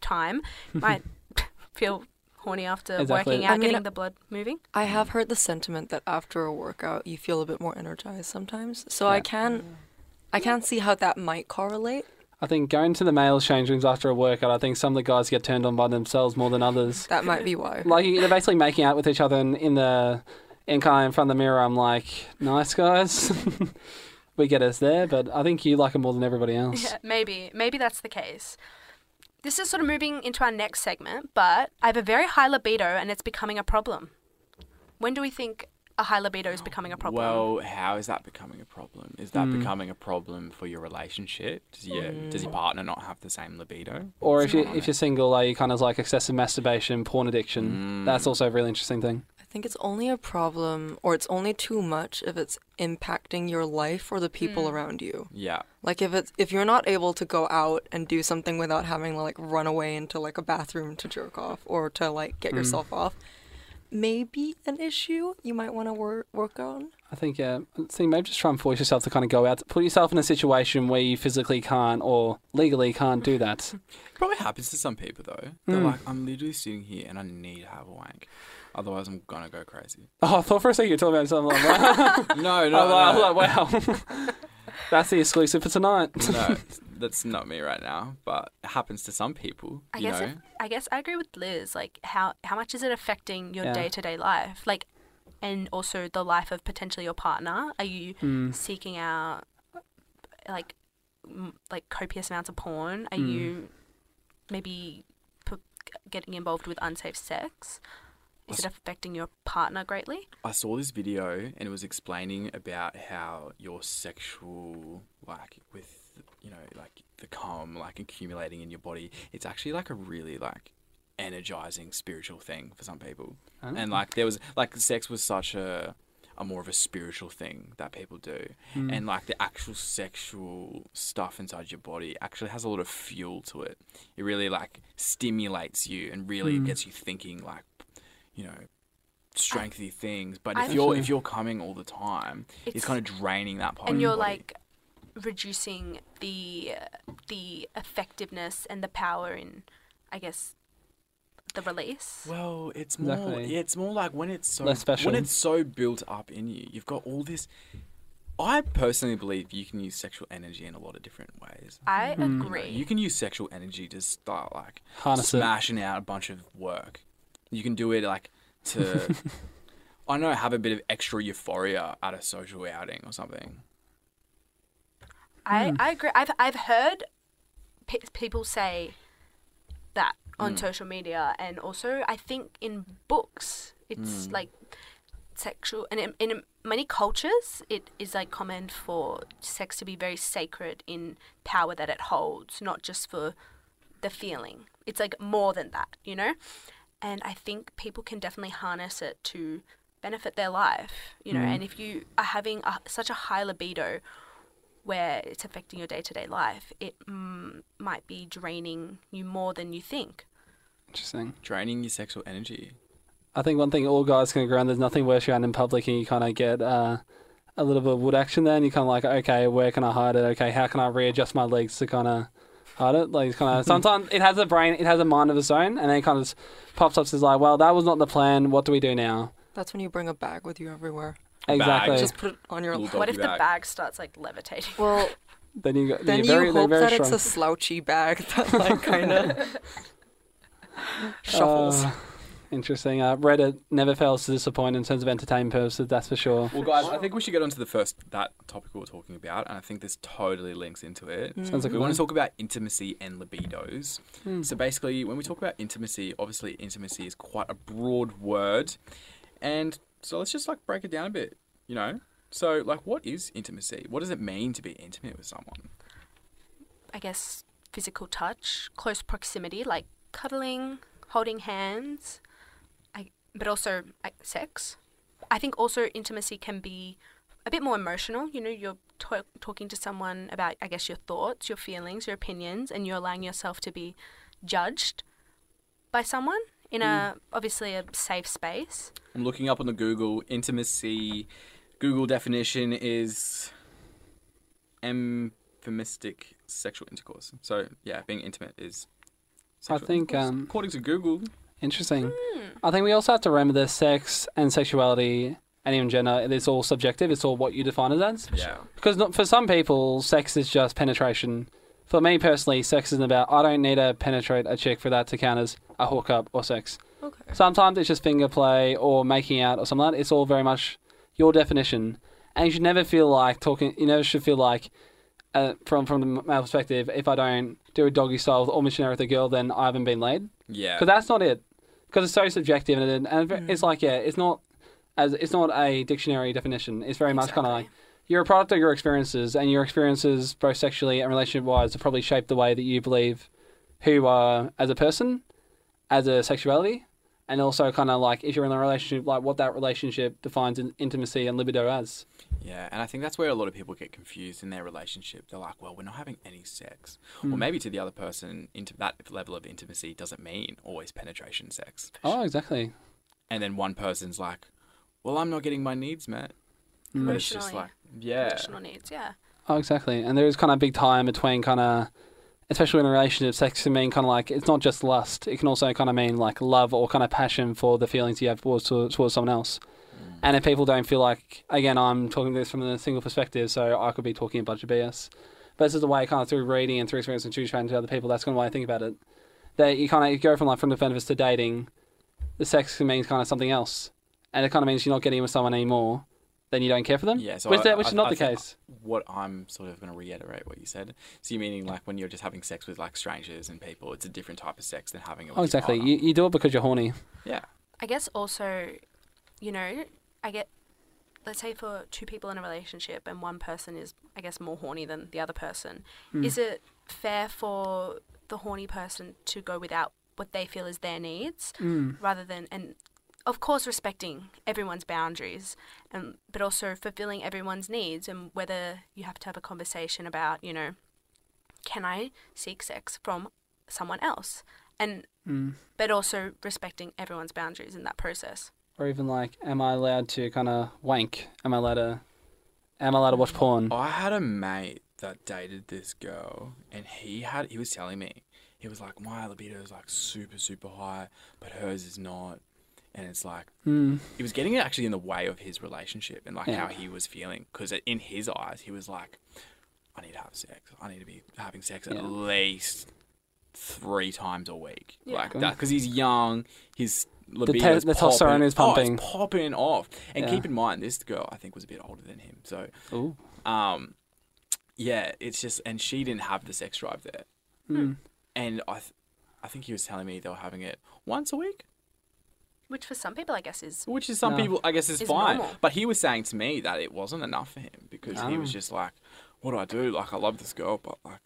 Speaker 10: time might feel horny after
Speaker 11: Exactly.
Speaker 10: working out,
Speaker 9: I mean,
Speaker 10: getting the blood moving.
Speaker 9: I have heard the sentiment that after a workout you feel a bit more energized sometimes. So I can I can see how that might correlate.
Speaker 11: I think going to the male change rooms after a workout, I think some of the guys get turned on by themselves more than others.
Speaker 9: That might be why.
Speaker 11: like they're basically making out with each other in, in the in kind of in front of the mirror. I'm like, nice guys, we get us there, but I think you like it more than everybody else.
Speaker 10: Yeah, maybe. Maybe that's the case. This is sort of moving into our next segment, but I have a very high libido and it's becoming a problem. When do we think a high libido is becoming a problem? Hmm.
Speaker 7: Well, how is that becoming a problem? Is that becoming a problem for your relationship? Does your does your partner not have the same libido?
Speaker 11: Or if you if you're single, are you kind of like excessive masturbation, porn addiction? That's also a really interesting thing.
Speaker 9: I think it's only a problem or it's only too much if it's impacting your life or the people around you.
Speaker 7: Yeah.
Speaker 10: Hmm.
Speaker 9: Like if it's if you're not able to go out and do something without having to like run away into like a bathroom to jerk off or to like
Speaker 11: Hmm.
Speaker 9: get yourself off, maybe an issue you might want to wor- work on.
Speaker 11: I think yeah. See, maybe just try and force yourself to kind of go out, put yourself in a situation where you physically can't or legally can't do that.
Speaker 7: Probably happens to some people though.
Speaker 10: Hmm.
Speaker 7: They're like, I'm literally sitting here and I need to have a wank. Otherwise I'm gonna go crazy.
Speaker 11: oh, I thought for a second you were talking about something like that.
Speaker 7: No, no,
Speaker 11: I
Speaker 7: no,
Speaker 11: was like, I was like, wow. That's the exclusive for tonight.
Speaker 7: no. That's not me right now, but it happens to some people.
Speaker 10: I
Speaker 7: you
Speaker 10: guess
Speaker 7: know.
Speaker 10: if, I guess I agree with Liz. Like how how much is it affecting your
Speaker 11: Yeah.
Speaker 10: day to day life? Like and also the life of potentially your partner. Are you seeking out like m- like copious amounts of porn? Are you maybe p- getting involved with unsafe sex? Is it affecting your partner greatly?
Speaker 7: I saw this video and it was explaining about how your sexual, like, with, you know, like the cum, like, accumulating in your body, it's actually like a really, like, energizing spiritual thing for some people.
Speaker 10: Oh.
Speaker 7: And, like, there was, like, sex was such a, a more of a spiritual thing that people do.
Speaker 10: Hmm.
Speaker 7: And, like, the actual sexual stuff inside your body actually has a lot of fuel to it. It really, like, stimulates you and really
Speaker 10: Hmm.
Speaker 7: gets you thinking, like, you know, strengthy things. But if
Speaker 10: I-
Speaker 7: you're if you're coming all the time, it's,
Speaker 10: It's-
Speaker 7: kind of draining that part.
Speaker 10: and
Speaker 7: of your
Speaker 10: you're
Speaker 7: body.
Speaker 10: like reducing the the effectiveness and the power in I guess the release.
Speaker 7: well, it's more
Speaker 11: Exactly.
Speaker 7: yeah, it's more like when it's so
Speaker 11: Less special.
Speaker 7: when it's so built up in you, you've got all this. I personally believe you can use sexual energy in a lot of different ways.
Speaker 10: I agree.
Speaker 7: Mm. You can use sexual energy to start like
Speaker 11: Harness it.
Speaker 7: smashing out a bunch of work. You can do it like to, I don't know, have a bit of extra euphoria at a social outing or something.
Speaker 10: I, I agree. I've I've heard pe- people say that on social media, and also I think in books, it's like sexual, and in, in many cultures, it is like common for sex to be very sacred in power that it holds, not just for the feeling. It's like more than that, you know? And I think people can definitely harness it to benefit their life, you know?
Speaker 11: Mm.
Speaker 10: And if you are having a, such a high libido where it's affecting your day to day life, it mm, might be draining you more than you think.
Speaker 11: Interesting.
Speaker 7: Draining your sexual energy.
Speaker 11: I think one thing all guys can agree on, there's nothing worse around in public and you kind of get uh, a little bit of wood action there and you're kind of like, okay, where can I hide it? Okay, how can I readjust my legs to kind of hide it? Like, kind of, sometimes it has a brain, it has a mind of its own and then it kind of just pops up and is like, well, that was not the plan. What do we do now?
Speaker 9: That's when you bring a bag with you everywhere.
Speaker 11: Exactly.
Speaker 9: Just put it on your
Speaker 11: Little
Speaker 9: lap.
Speaker 11: What if doggy the bag.
Speaker 10: Bag starts like levitating.
Speaker 9: Well,
Speaker 11: Then you, go,
Speaker 9: then
Speaker 11: you're
Speaker 9: you
Speaker 11: very, they're
Speaker 9: hope
Speaker 11: very
Speaker 9: that
Speaker 11: strong.
Speaker 9: it's a slouchy bag that like kind of shuffles.
Speaker 11: Uh, interesting. Uh, Reddit never fails to disappoint in terms of entertainment purposes, that's for sure.
Speaker 7: Well, guys, I think we should get onto the first that topic we were talking about, and I think this totally links into it.
Speaker 11: Mm. Sounds like
Speaker 7: we
Speaker 11: a
Speaker 7: want
Speaker 11: win.
Speaker 7: to talk about intimacy and libidos.
Speaker 11: Mm.
Speaker 7: So basically, when we talk about intimacy, obviously intimacy is quite a broad word, and so let's just like break it down a bit. You know, so like, what is intimacy? What does it mean to be intimate with someone?
Speaker 10: I guess, physical touch, close proximity, like cuddling, holding hands, I, but also like, sex. I think also intimacy can be a bit more emotional. You know, you're to- talking to someone about, I guess, your thoughts, your feelings, your opinions, and you're allowing yourself to be judged by someone in a obviously a safe space.
Speaker 7: I'm looking up on the Google intimacy. Google definition is emphemistic sexual intercourse. So yeah, being intimate is.
Speaker 11: I
Speaker 7: sexual
Speaker 11: think,
Speaker 7: intercourse.
Speaker 11: um,
Speaker 7: according to Google,
Speaker 11: Interesting. I think we also have to remember that sex and sexuality and even gender, it's all subjective. It's all what you define it as.
Speaker 7: yeah,
Speaker 11: Because not, for some people, sex is just penetration. For me personally, sex isn't about, I don't need to penetrate a chick for that to count as a hookup or sex.
Speaker 9: Okay.
Speaker 11: Sometimes it's just finger play or making out or something like that. It's all very much your definition. And you should never feel like talking, you never should feel like, uh, from, from the male perspective, if I don't do a doggy style or missionary with a girl, then I haven't been laid.
Speaker 7: yeah.
Speaker 11: Because that's not it. Because it's so subjective, and, it, and it- it's like yeah, it's not as it's not a dictionary definition. It's very much kind of like you're a product of your experiences, and your experiences, both sexually and relationship wise, have probably shaped the way that you believe who you are as a person, as a sexuality, and also kind of like if you're in a relationship, like what that relationship defines in intimacy and libido as.
Speaker 7: Yeah, and I think that's where a lot of people get confused in their relationship. They're like, "Well, we're not having any sex," or
Speaker 11: Mm.
Speaker 7: maybe to the other person, into that level of intimacy doesn't mean always penetration sex.
Speaker 11: Oh, exactly.
Speaker 7: And then one person's like, "Well, I'm not getting my needs met."
Speaker 11: Mm.
Speaker 7: But it's just
Speaker 10: Emotionally.
Speaker 7: like, yeah,
Speaker 10: Emotional needs, yeah.
Speaker 11: Oh, exactly. And there is kind of a big time between kind of, especially in a relationship, sex can mean kind of like, it's not just lust. It can also kind of mean like love or kind of passion for the feelings you have towards, towards someone else.
Speaker 7: Mm.
Speaker 11: And if people don't feel like, again, I'm talking this from a single perspective, so I could be talking a bunch of BS. But this is the way kind of through reading and through experience and through chatting to other people, that's kind of the way I think about it. That you kind of you go from like from defenders to dating, the sex can mean kind of something else. And it kind of means you're not getting with someone anymore, then you don't care for them.
Speaker 7: yeah. So
Speaker 11: which,
Speaker 7: I-
Speaker 11: that- which
Speaker 7: I-
Speaker 11: is not
Speaker 7: I
Speaker 11: the
Speaker 7: think
Speaker 11: case.
Speaker 7: What I'm sort of going to reiterate what you said. So you meaning like when you're just having sex with like strangers and people, it's a different type of sex than having it. With
Speaker 11: Oh,
Speaker 7: your
Speaker 11: exactly.
Speaker 7: partner.
Speaker 11: You, you do it because you're horny.
Speaker 7: Yeah.
Speaker 10: I guess also, you know, I get, let's say for two people in a relationship and one person is, I guess, more horny than the other person,
Speaker 4: Hmm.
Speaker 10: is it fair for the horny person to go without what they feel is their needs
Speaker 4: Hmm.
Speaker 10: rather than, and of course, respecting everyone's boundaries, and, but also fulfilling everyone's needs and whether you have to have a conversation about, you know, can I seek sex from someone else? And
Speaker 11: Mm.
Speaker 10: but also respecting everyone's boundaries in that process.
Speaker 11: Or even like, am I allowed to kind of wank? Am I allowed to? Am I allowed to watch porn?
Speaker 7: I had a mate that dated this girl, and he had he was telling me he was like my libido is like super super high, but hers is not, and it's like
Speaker 11: Mm.
Speaker 7: it was getting actually in the way of his relationship and like
Speaker 11: Yeah.
Speaker 7: how he was feeling because in his eyes he was like, I need to have sex. I need to be having sex
Speaker 11: Yeah.
Speaker 7: at least three times a week,
Speaker 11: Yeah.
Speaker 7: like
Speaker 11: Good.
Speaker 7: that because he's young. His
Speaker 11: te-
Speaker 7: libido's
Speaker 11: the testosterone is
Speaker 7: popping- oh, it's
Speaker 11: pumping.
Speaker 7: popping off. And
Speaker 11: Yeah.
Speaker 7: keep in mind, this girl I think was a bit older than him, so
Speaker 11: Ooh.
Speaker 7: um, yeah, it's just, and she didn't have the sex drive there,
Speaker 11: Mm.
Speaker 7: and I, th- I think he was telling me they were having it once a week,
Speaker 10: Which for some people, I guess, is
Speaker 7: which is some people I guess is,
Speaker 10: Is
Speaker 7: fine,
Speaker 10: normal.
Speaker 7: but he was saying to me that it wasn't enough for him because he was
Speaker 11: Oh.
Speaker 7: just like, what do I do? Like I love this girl, but like,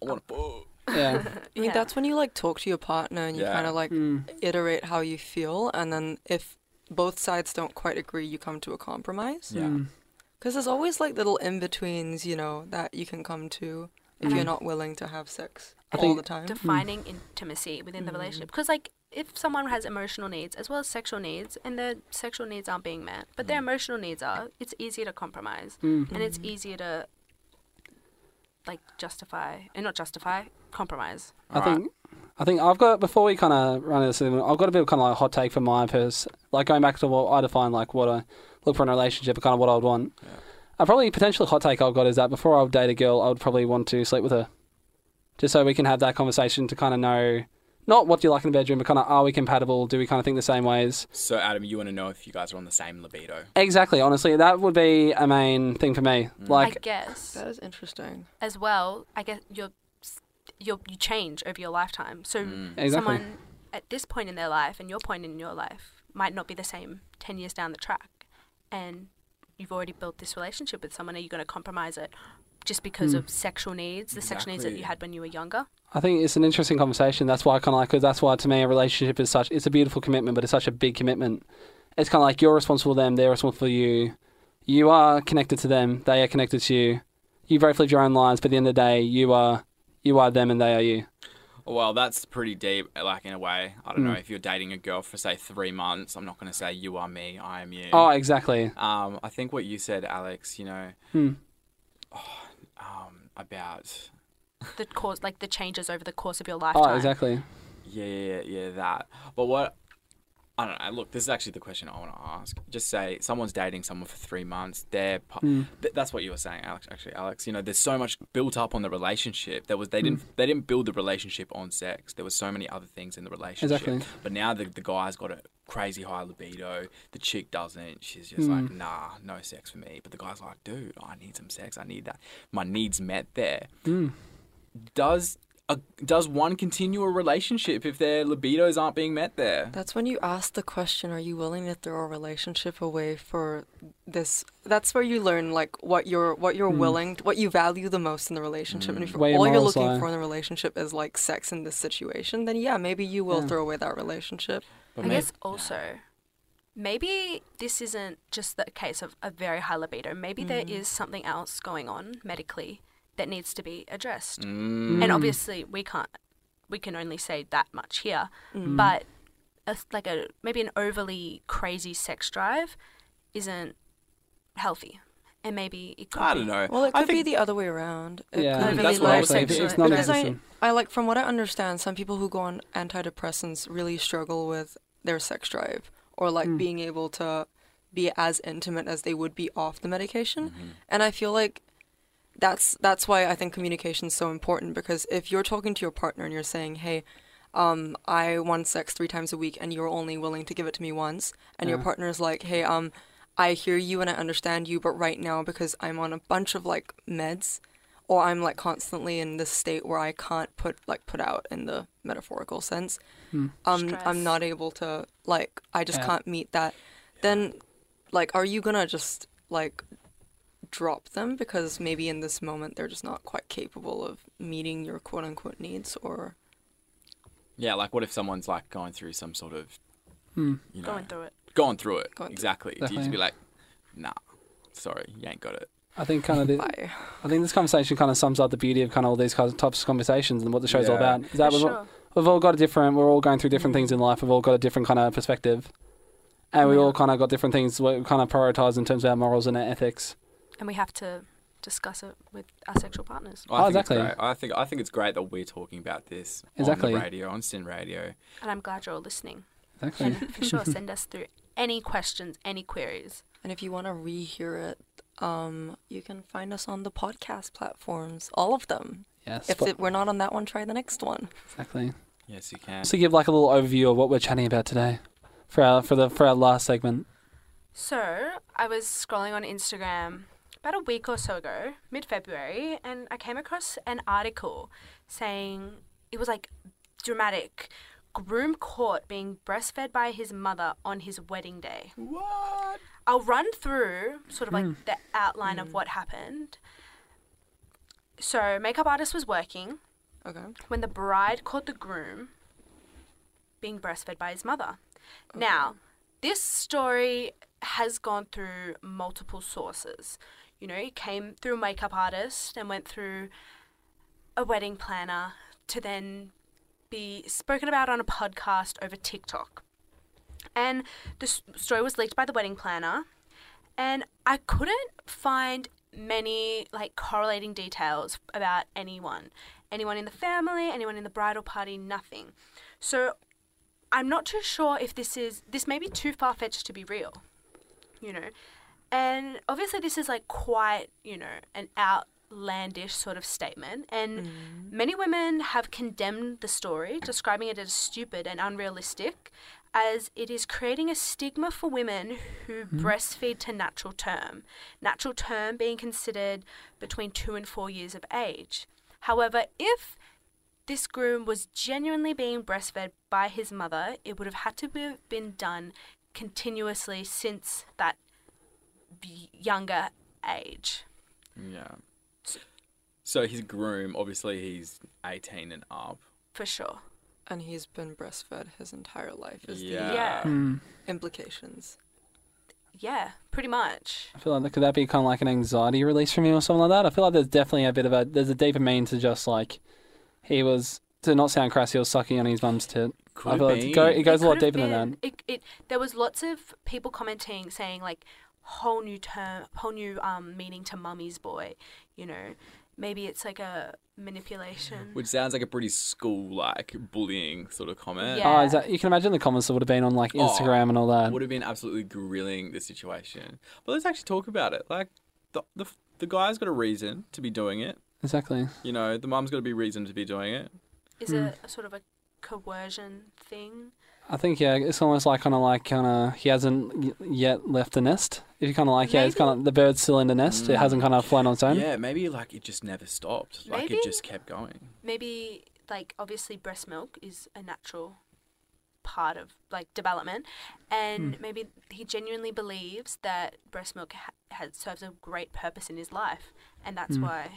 Speaker 7: I want to.
Speaker 11: Yeah.
Speaker 9: I mean, that's when you like talk to your partner and you
Speaker 11: Yeah. Hmm.
Speaker 9: kind of like iterate how you feel, and then if both sides don't quite agree, you come to a compromise.
Speaker 11: Yeah. Mm.
Speaker 9: Because there's always like little in betwens, you know, that you can come to if
Speaker 11: Mm.
Speaker 9: you're not willing to have sex
Speaker 11: I
Speaker 9: all
Speaker 11: think-
Speaker 9: the time.
Speaker 10: Defining intimacy within the relationship. Because, like, if someone has emotional needs as well as sexual needs, and their sexual needs aren't being met, but their emotional needs are, it's easier to compromise.
Speaker 11: Mm.
Speaker 10: And it's easier to, like, justify, and not justify, compromise.
Speaker 11: I think I think I've got before we kind of run this, in, I've got a bit of kind of like a hot take for my purse. Like going back to what I define, like what I look for in a relationship, and kind of what I would want. I probably potentially hot take I've got is that before I would date a girl, I would probably want to sleep with her, just so we can have that conversation to kind of know not what do you like in the bedroom, but kind of are we compatible? Do we kind of think the same ways?
Speaker 7: So, Adam, you want to know if you guys are on the same libido?
Speaker 11: Exactly. Honestly, that would be a main thing for me.
Speaker 7: Mm.
Speaker 11: Like
Speaker 10: I guess.
Speaker 9: That is interesting.
Speaker 10: As well, I guess you're, you're, you change over your lifetime. So,
Speaker 11: Exactly.
Speaker 10: someone at this point in their life and your point in your life might not be the same 10 years down the track. And you've already built this relationship with someone. Are you going to compromise it just because
Speaker 11: Mm.
Speaker 10: of sexual needs, the sexual needs that you
Speaker 11: Exactly.
Speaker 10: had when you were younger?
Speaker 11: I think it's an interesting conversation. That's why I kind of like. 'cause That's why to me a relationship is such. It's a beautiful commitment, but it's such a big commitment. It's kind of like you're responsible for them. They're responsible for you. You are connected to them. They are connected to you. You both live your own lives, but at the end of the day, you are you are them and they are you.
Speaker 7: Well, that's pretty deep, like in a way. I don't know
Speaker 11: Mm.
Speaker 7: if you're dating a girl for say three months. I'm not going to say you are me, I am you.
Speaker 11: Oh, exactly.
Speaker 7: Um, I think what you said, Alex. You know,
Speaker 11: Hmm.
Speaker 7: um, about
Speaker 10: The cause, like the changes over the course of your lifetime.
Speaker 11: Oh, exactly.
Speaker 7: yeah, yeah, yeah, yeah, that. But what? I don't know. Look, this is actually the question I want to ask. Just say someone's dating someone for three months. They're pa-
Speaker 11: Mm.
Speaker 7: th- that's what you were saying, Alex. Actually, Alex, you know, there's so much built up on the relationship. There was they didn't they didn't build the relationship on sex. There was so many other things in the relationship.
Speaker 11: Exactly.
Speaker 7: But now the the guy's got a crazy high libido. The chick doesn't. She's just like,
Speaker 11: Mm.
Speaker 7: nah, no sex for me. But the guy's like, dude, I need some sex. I need that. My needs met there
Speaker 11: Mm.
Speaker 7: does a, does one continue a relationship if their libidos aren't being met there?
Speaker 9: That's when you ask the question, are you willing to throw a relationship away for this? That's where you learn like what you're what you're
Speaker 11: Mm.
Speaker 9: willing, what you value the most in the relationship. And if
Speaker 11: Where your
Speaker 9: all you're
Speaker 11: morals
Speaker 9: looking
Speaker 11: lie.
Speaker 9: for in a relationship is like sex in this situation, then yeah, maybe you will
Speaker 11: Yeah.
Speaker 9: throw away that relationship.
Speaker 7: But
Speaker 10: I guess also, maybe this isn't just the case of a very high libido. Maybe there is something else going on medically that needs to be addressed. And
Speaker 7: Mm.
Speaker 10: obviously, we can't, we can only say that much here.
Speaker 11: Mm.
Speaker 10: But a, like a maybe an overly crazy sex drive isn't healthy, and maybe it could.
Speaker 7: I
Speaker 10: be.
Speaker 7: don't know.
Speaker 9: Well, it
Speaker 7: I
Speaker 9: could be
Speaker 7: think-
Speaker 9: the other way around.
Speaker 10: uh,
Speaker 9: It
Speaker 11: Yeah,
Speaker 9: could be
Speaker 7: That's what I was saying.
Speaker 9: like-
Speaker 7: It's
Speaker 11: not
Speaker 9: because I,
Speaker 11: necessary.
Speaker 9: I like from what I understand, some people who go on antidepressants really struggle with their sex drive or like being able to be as intimate as they would be off the medication. And I feel like that's that's why I think communication is so important because if you're talking to your partner and you're saying, "Hey, um, I want sex three times a week, and you're only willing to give it to me once," and your
Speaker 11: Yeah.
Speaker 9: partner's like, "Hey, um, I hear you and I understand you, but right now because I'm on a bunch of like meds, or I'm like constantly in this state where I can't put like put out in the metaphorical sense, um,
Speaker 10: Stress.
Speaker 9: I'm not able to like I just
Speaker 11: Hmm. Yeah.
Speaker 9: can't meet that." Then, like, are you gonna just like drop them because maybe in this moment they're just not quite capable of meeting your quote unquote needs or
Speaker 7: Yeah, like what if someone's like going through some sort of, you know,
Speaker 10: Going through it.
Speaker 7: going through it
Speaker 9: Going through-
Speaker 7: exactly? Do you just
Speaker 11: Hmm. Definitely.
Speaker 7: be like, nah, sorry, you ain't got it.
Speaker 11: I think kind of the,
Speaker 9: fire.
Speaker 11: I think this conversation kind of sums up the beauty of kind of all these kinds of types of conversations and what the show's all
Speaker 7: Yeah.
Speaker 11: about. Is that
Speaker 10: For
Speaker 11: we've, all,
Speaker 10: sure.
Speaker 11: we've all got a different, we're all going through different things in life. We've all got a different kind of perspective, and we all kind of got different things what we kind of prioritize in terms of our morals and our ethics.
Speaker 10: and we have to discuss it with our sexual partners.
Speaker 7: I
Speaker 11: Oh,
Speaker 7: think it's
Speaker 11: exactly.
Speaker 7: great. I think I think it's great that we're talking about this
Speaker 11: Exactly.
Speaker 7: on the radio, on Sin Radio.
Speaker 10: And I'm glad you're all listening.
Speaker 11: Exactly.
Speaker 10: And for sure, send us through any questions, any queries.
Speaker 9: And if you want to rehear it, um, you can find us on the podcast platforms, all of them.
Speaker 11: yes.
Speaker 9: If it, we're not on that one, try the next one.
Speaker 11: exactly.
Speaker 7: Yes, you can.
Speaker 11: Just to give like a little overview of what we're chatting about today, for our for the for our last segment.
Speaker 10: So I was scrolling on Instagram about a week or so ago, mid February, and I came across an article saying it was like dramatic. Groom caught being breastfed by his mother on his wedding day.
Speaker 7: What?
Speaker 10: I'll run through sort of like the outline of what happened. So, makeup artist was working.
Speaker 9: Okay.
Speaker 10: when the bride caught the groom being breastfed by his mother. Now, this story has gone through multiple sources. You know, it came through a makeup artist and went through a wedding planner to then be spoken about on a podcast over TikTok. And the s- story was leaked by the wedding planner, and I couldn't find many like correlating details about anyone anyone in the family anyone in the bridal party nothing so i'm not too sure if this is this may be too far-fetched to be real you know and obviously this is like quite you know an outlandish sort of statement and many women have condemned the story describing it as stupid and unrealistic as it is creating a stigma for women who
Speaker 4: Hmm.
Speaker 10: breastfeed to natural term natural term being considered between 2 and 4 years of age however if this groom was genuinely being breastfed by his mother it would have had to be, been done continuously since that b- younger age.
Speaker 7: Yeah. So his groom, obviously, he's 18 and up.
Speaker 10: For sure.
Speaker 9: And he's been breastfed his entire life, is
Speaker 7: Yeah.
Speaker 9: the
Speaker 10: Yeah.
Speaker 11: Hmm.
Speaker 9: implications.
Speaker 10: Yeah, pretty much.
Speaker 11: I feel like could that be kind of like an anxiety release from you or something like that? I feel like there's definitely a bit of a there's a deeper meaning to just like he was to not sound crass, he was sucking on his mum's tit.
Speaker 7: Could
Speaker 11: I feel
Speaker 7: have
Speaker 11: like it, go,
Speaker 7: been.
Speaker 11: it goes a
Speaker 10: Could
Speaker 11: lot
Speaker 10: have
Speaker 11: deeper than
Speaker 10: been-
Speaker 11: that.
Speaker 10: It, it, there was lots of people commenting saying like whole new term, whole new um, meaning to mummy's boy. You know, maybe it's like a manipulation.
Speaker 7: Which sounds like a pretty school like bullying sort of comment. Oh,
Speaker 11: Oh, is that, you can imagine the comments that would have been on like Instagram and all that.
Speaker 7: Would have been absolutely grilling the situation. But let's actually talk about it. Like, the, the, the guy's got a reason to be doing it.
Speaker 11: Exactly.
Speaker 7: You know, the mum's got to be reason to be doing it.
Speaker 10: Is it a sort of a coercion thing?
Speaker 11: I think yeah, it's almost like kind of like kind of he hasn't y- yet left the nest. If you kind of like yeah, it's kind of the bird's still in the nest. It hasn't
Speaker 9: Mm.
Speaker 11: kind of flown on its own.
Speaker 7: Yeah, maybe like it just never stopped. Like
Speaker 10: Maybe-
Speaker 7: it just kept going.
Speaker 10: Maybe like obviously breast milk is a natural part of like development and
Speaker 7: Hmm.
Speaker 10: maybe he genuinely believes that breast milk ha- has serves a great purpose in his life and that's
Speaker 11: Hmm.
Speaker 10: why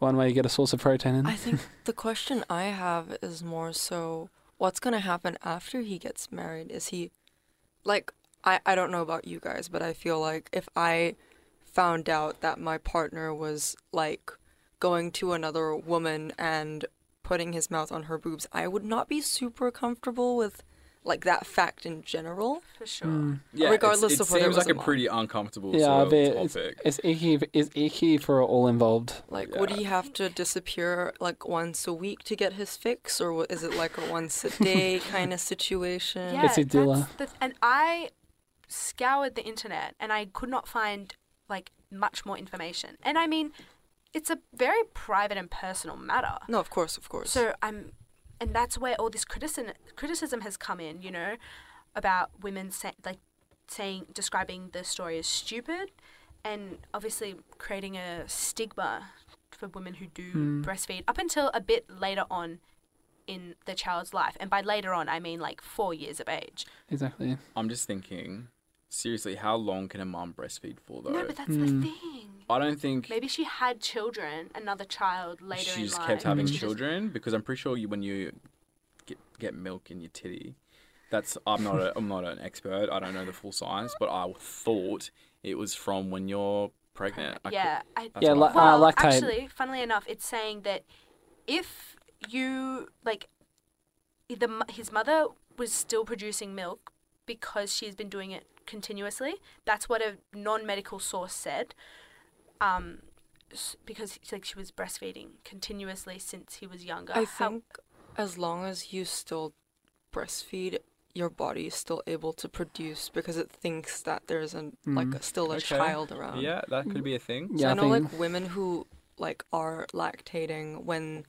Speaker 11: One way you get a source of protein in.
Speaker 9: I think the question I have is more so what's going to happen after he gets married? Is he like I I don't know about you guys, but I feel like if I found out that my partner was like going to another woman and putting his mouth on her boobs, I would not be super comfortable with like that fact in general.
Speaker 10: For sure.
Speaker 11: Hmm.
Speaker 7: Yeah,
Speaker 9: Regardless
Speaker 7: it's, it
Speaker 9: of whether it
Speaker 7: seems
Speaker 9: was
Speaker 7: like a
Speaker 9: mom.
Speaker 7: pretty uncomfortable
Speaker 11: Mm. yeah, I
Speaker 7: sort
Speaker 11: bet
Speaker 7: of
Speaker 11: it's,
Speaker 7: topic.
Speaker 11: it's icky. It's icky for all involved.
Speaker 9: Like, would he have to disappear like once a week to get his fix, or wa- is it like a once a day kind of situation?
Speaker 10: yeah
Speaker 11: It's a dealer.
Speaker 10: that's the th- and i scoured the internet and i could not find like much more information and i mean it's a very private and personal matter
Speaker 9: No, of course, of course.
Speaker 10: So I'm, and that's where all this criticism criticism has come in. You know, about women say, like saying describing the story as stupid, and obviously creating a stigma for women who do
Speaker 7: Hmm.
Speaker 4: Mm.
Speaker 10: breastfeed up until a bit later on in the child's life. And by later on, I mean like four years of age.
Speaker 11: Exactly.
Speaker 7: I'm just thinking, seriously, how long can a mum breastfeed for though?
Speaker 10: No, but that's
Speaker 7: Hmm.
Speaker 10: the thing.
Speaker 7: I don't think
Speaker 10: Maybe she had children, another child later
Speaker 7: she's
Speaker 10: in life.
Speaker 7: kept having
Speaker 10: and Mm. she just-
Speaker 7: children because I'm pretty sure you when you get get milk in your titty, that's I'm not a, I'm not an expert. I don't know the full science, but I thought it was from when you're pregnant. I cou-
Speaker 10: yeah, I,
Speaker 7: that's what I thought.
Speaker 9: uh,
Speaker 10: well, actually, funnily enough, it's saying that if you like, the m- his mother was still producing milk because she's been doing it continuously. That's what a non-medical source said. Um, s- because it's like she was breastfeeding continuously since he was younger.
Speaker 9: I
Speaker 10: How-
Speaker 9: think as long as you still breastfeed, your body is still able to produce because it thinks that there's an like
Speaker 7: Mm.
Speaker 9: a, still a
Speaker 7: Okay.
Speaker 9: child around.
Speaker 7: Yeah, that could be a
Speaker 10: Mm.
Speaker 7: thing.
Speaker 9: So I know like women who like are lactating when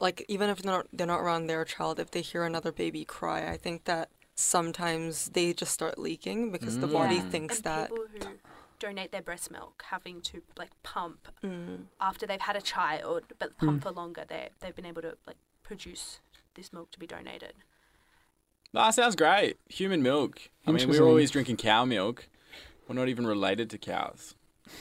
Speaker 9: like even if they're not they're not around their child, if they hear another baby cry, I think that sometimes they just start leaking because the body
Speaker 10: Yeah,
Speaker 9: thinks
Speaker 10: and
Speaker 9: that
Speaker 10: people who donate their breast milk having to like pump
Speaker 9: Mm.
Speaker 10: after they've had a child but pump
Speaker 7: Mm.
Speaker 10: for longer they they've been able to like produce this milk to be donated
Speaker 7: That sounds great. Human milk. I mean, we
Speaker 11: Interesting.
Speaker 7: were always drinking cow milk. We're not even related to cows.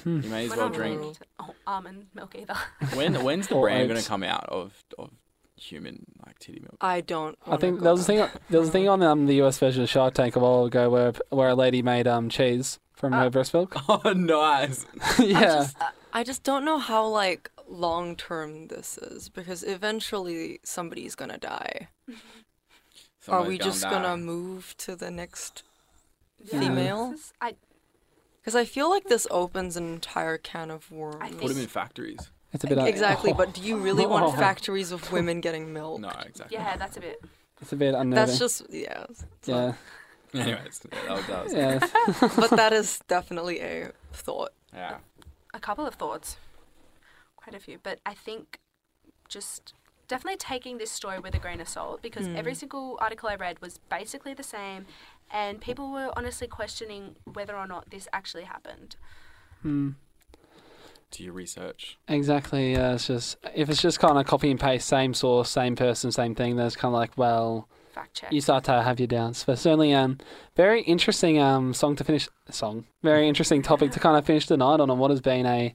Speaker 11: hmm.
Speaker 7: You may as
Speaker 10: We're
Speaker 7: well
Speaker 10: not
Speaker 7: drink.
Speaker 10: related to- oh, almond milk either
Speaker 7: When when's the
Speaker 11: Or
Speaker 7: brand going
Speaker 11: oats.
Speaker 7: to come out of of human like titty milk.
Speaker 9: I don't.
Speaker 11: I think there was a thing. There was a thing on um, the US version of Shark Tank a while ago where where a lady made um cheese from
Speaker 9: Ah.
Speaker 11: her breast milk.
Speaker 7: Oh, nice.
Speaker 11: yeah.
Speaker 9: I just don't know how like long term this is because eventually somebody's gonna die. Are
Speaker 7: Someone's
Speaker 9: we
Speaker 7: gonna
Speaker 9: just
Speaker 7: die.
Speaker 9: gonna move to the next
Speaker 10: Yeah.
Speaker 9: female?
Speaker 10: This is- I,
Speaker 9: Because I feel like this opens an entire can of worms.
Speaker 7: Put them in factories.
Speaker 11: It's a bit uh, un-
Speaker 9: exactly, but do you really want
Speaker 11: Oh.
Speaker 9: factories of women getting milked?
Speaker 7: No, exactly.
Speaker 10: yeah, that's a bit.
Speaker 11: It's a bit unnerving.
Speaker 9: That's just yeah.
Speaker 11: yeah.
Speaker 7: Anyways, that was, that was
Speaker 11: Yes.
Speaker 9: but that is definitely a thought.
Speaker 7: yeah.
Speaker 10: a couple of thoughts, quite a few, but I think just definitely taking this story with a grain of salt because every
Speaker 7: Mm.
Speaker 10: single article I read was basically the same, and people were honestly questioning whether or not this actually happened.
Speaker 11: Hmm.
Speaker 7: Do your research.
Speaker 11: Exactly. Yeah. It's just if it's just kind of copy and paste, same source, same person, same thing. Then it's kind of like, well,
Speaker 10: Fact check.
Speaker 11: you start to have your doubts. But certainly, um, very interesting um song to finish song. Very interesting topic to kind of finish the night on. On what has been a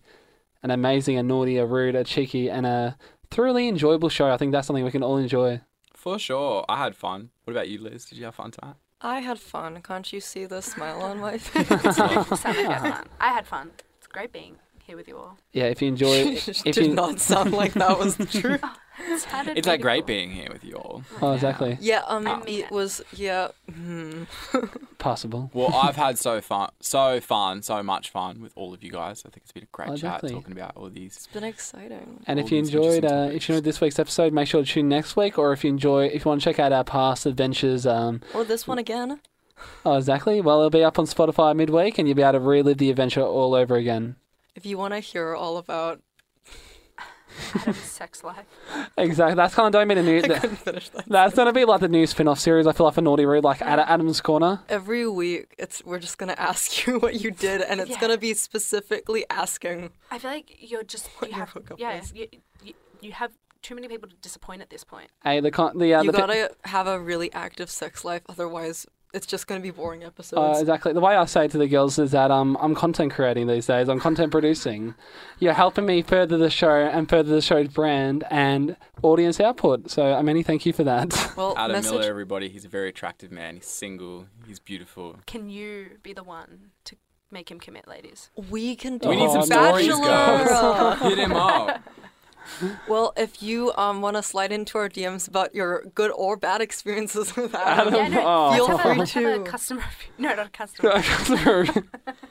Speaker 11: an amazing, a naughty, a rude, a cheeky, and a thoroughly enjoyable show. I think that's something we can all enjoy.
Speaker 7: For sure. I had fun. What about you, Liz? Did you have fun tonight?
Speaker 9: I had fun. Can't you see the smile on my face?
Speaker 10: Sounds like I had fun. I had fun. It's great being here with you all.
Speaker 11: Yeah, if you enjoy, if
Speaker 9: Did
Speaker 11: you
Speaker 9: not sound like that was the truth.
Speaker 10: It's, had it
Speaker 7: It's like
Speaker 10: beautiful.
Speaker 7: great being here with you all.
Speaker 11: oh, exactly
Speaker 9: Yeah, um,
Speaker 11: Oh,
Speaker 10: I mean
Speaker 9: it
Speaker 10: it.
Speaker 9: was yeah. Hmm.
Speaker 11: possible.
Speaker 7: Well, I've had so fun, so fun, so much fun with all of you guys. I think it's been a great
Speaker 11: Oh,
Speaker 7: chat
Speaker 11: definitely.
Speaker 7: talking about all these.
Speaker 9: It's been exciting.
Speaker 11: And
Speaker 7: all
Speaker 11: if you
Speaker 7: these
Speaker 11: enjoyed,
Speaker 7: interesting
Speaker 11: uh, if
Speaker 7: topics.
Speaker 11: you enjoyed this week's episode, make sure to tune in next week. Or if you enjoy, if you want to check out our past adventures, um,
Speaker 9: Or this one again.
Speaker 11: oh, exactly. Well, it'll be up on Spotify midweek, and you'll be able to relive the adventure all over again.
Speaker 9: If you want to hear all about,
Speaker 10: Adam's sex life.
Speaker 11: Exactly. That's kind of don't mean a new.
Speaker 9: I
Speaker 11: th-
Speaker 9: couldn't finish that.
Speaker 11: That's gonna be like the new spin-off series. I feel like for Naughty Rude, like at Adam's Corner.
Speaker 9: Every week, it's we're just gonna ask you what you did, and it's
Speaker 10: Yeah.
Speaker 9: gonna be specifically asking.
Speaker 10: I feel like you're just
Speaker 9: What
Speaker 10: you
Speaker 9: your
Speaker 10: have
Speaker 9: hookup
Speaker 10: yeah
Speaker 9: was.
Speaker 10: you, you, you have too many people to disappoint at this point.
Speaker 11: Hey, the con- the, uh,
Speaker 9: you
Speaker 11: the pi-
Speaker 9: gotta have a really active sex life, otherwise it's just gonna be boring
Speaker 11: Uh,
Speaker 9: episodes.
Speaker 11: exactly. The way I say it to the girls is that um, I'm content creating these days. I'm content producing. You're helping me further the show and further the show's brand and audience output. So, I mean, thank you for that.
Speaker 9: well,
Speaker 7: Adam
Speaker 9: message
Speaker 7: Miller, everybody. He's a very attractive man. He's single. He's beautiful.
Speaker 10: Can you be the one to make him commit, ladies?
Speaker 9: we can do.
Speaker 7: We need
Speaker 11: Oh,
Speaker 7: some
Speaker 11: no.
Speaker 7: stories,
Speaker 9: Bachelor.
Speaker 7: guys. Hit him up.
Speaker 9: well, if you um want to slide into our DMs about your good or bad experiences with
Speaker 11: Adam,
Speaker 9: Adam,
Speaker 10: Yeah, no,
Speaker 11: oh.
Speaker 9: feel
Speaker 10: Have a,
Speaker 9: free
Speaker 10: have
Speaker 9: to.
Speaker 10: a customer review. No, not a customer.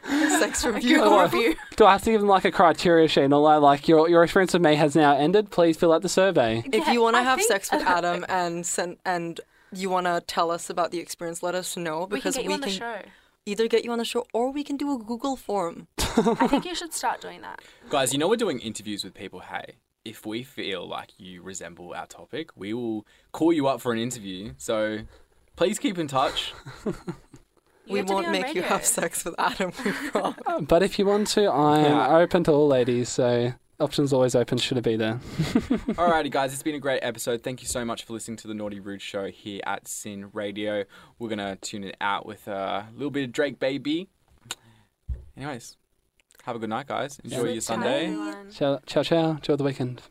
Speaker 11: Do
Speaker 9: sex review.
Speaker 10: Google review.
Speaker 11: I have to give them like a criteria sheet and all that? Like, your, your experience with me has now ended. Please fill out the survey.
Speaker 9: If
Speaker 10: Yeah,
Speaker 9: you want
Speaker 10: I
Speaker 9: to have
Speaker 10: think-
Speaker 9: sex with Adam and send and you want to tell us about the experience, let us know
Speaker 10: We can
Speaker 9: because
Speaker 10: get you on the show.
Speaker 9: either get you on the show or we can do a Google form.
Speaker 10: I think you should start doing that.
Speaker 7: Guys, you know we're doing interviews with people. Hey, if we feel like you resemble our topic, we will call you up for an interview. So please keep in touch.
Speaker 10: You
Speaker 9: we
Speaker 10: have to be
Speaker 9: won't
Speaker 10: on
Speaker 9: make you
Speaker 10: radio.
Speaker 9: have sex with Adam. we promise.
Speaker 11: Uh, But if you want to, I'm
Speaker 7: Yeah.
Speaker 11: open to all ladies. So, options always open. Should it be there?
Speaker 7: Alrighty, guys, it's been a great episode. Thank you so much for listening to the Naughty Rude Show here at Sin Radio. We're gonna tune it out with a little bit of Drake Baby. Anyways, have a good night, guys. Enjoy your Sunday.
Speaker 10: Everyone.
Speaker 11: Ciao, ciao, ciao. Enjoy the weekend.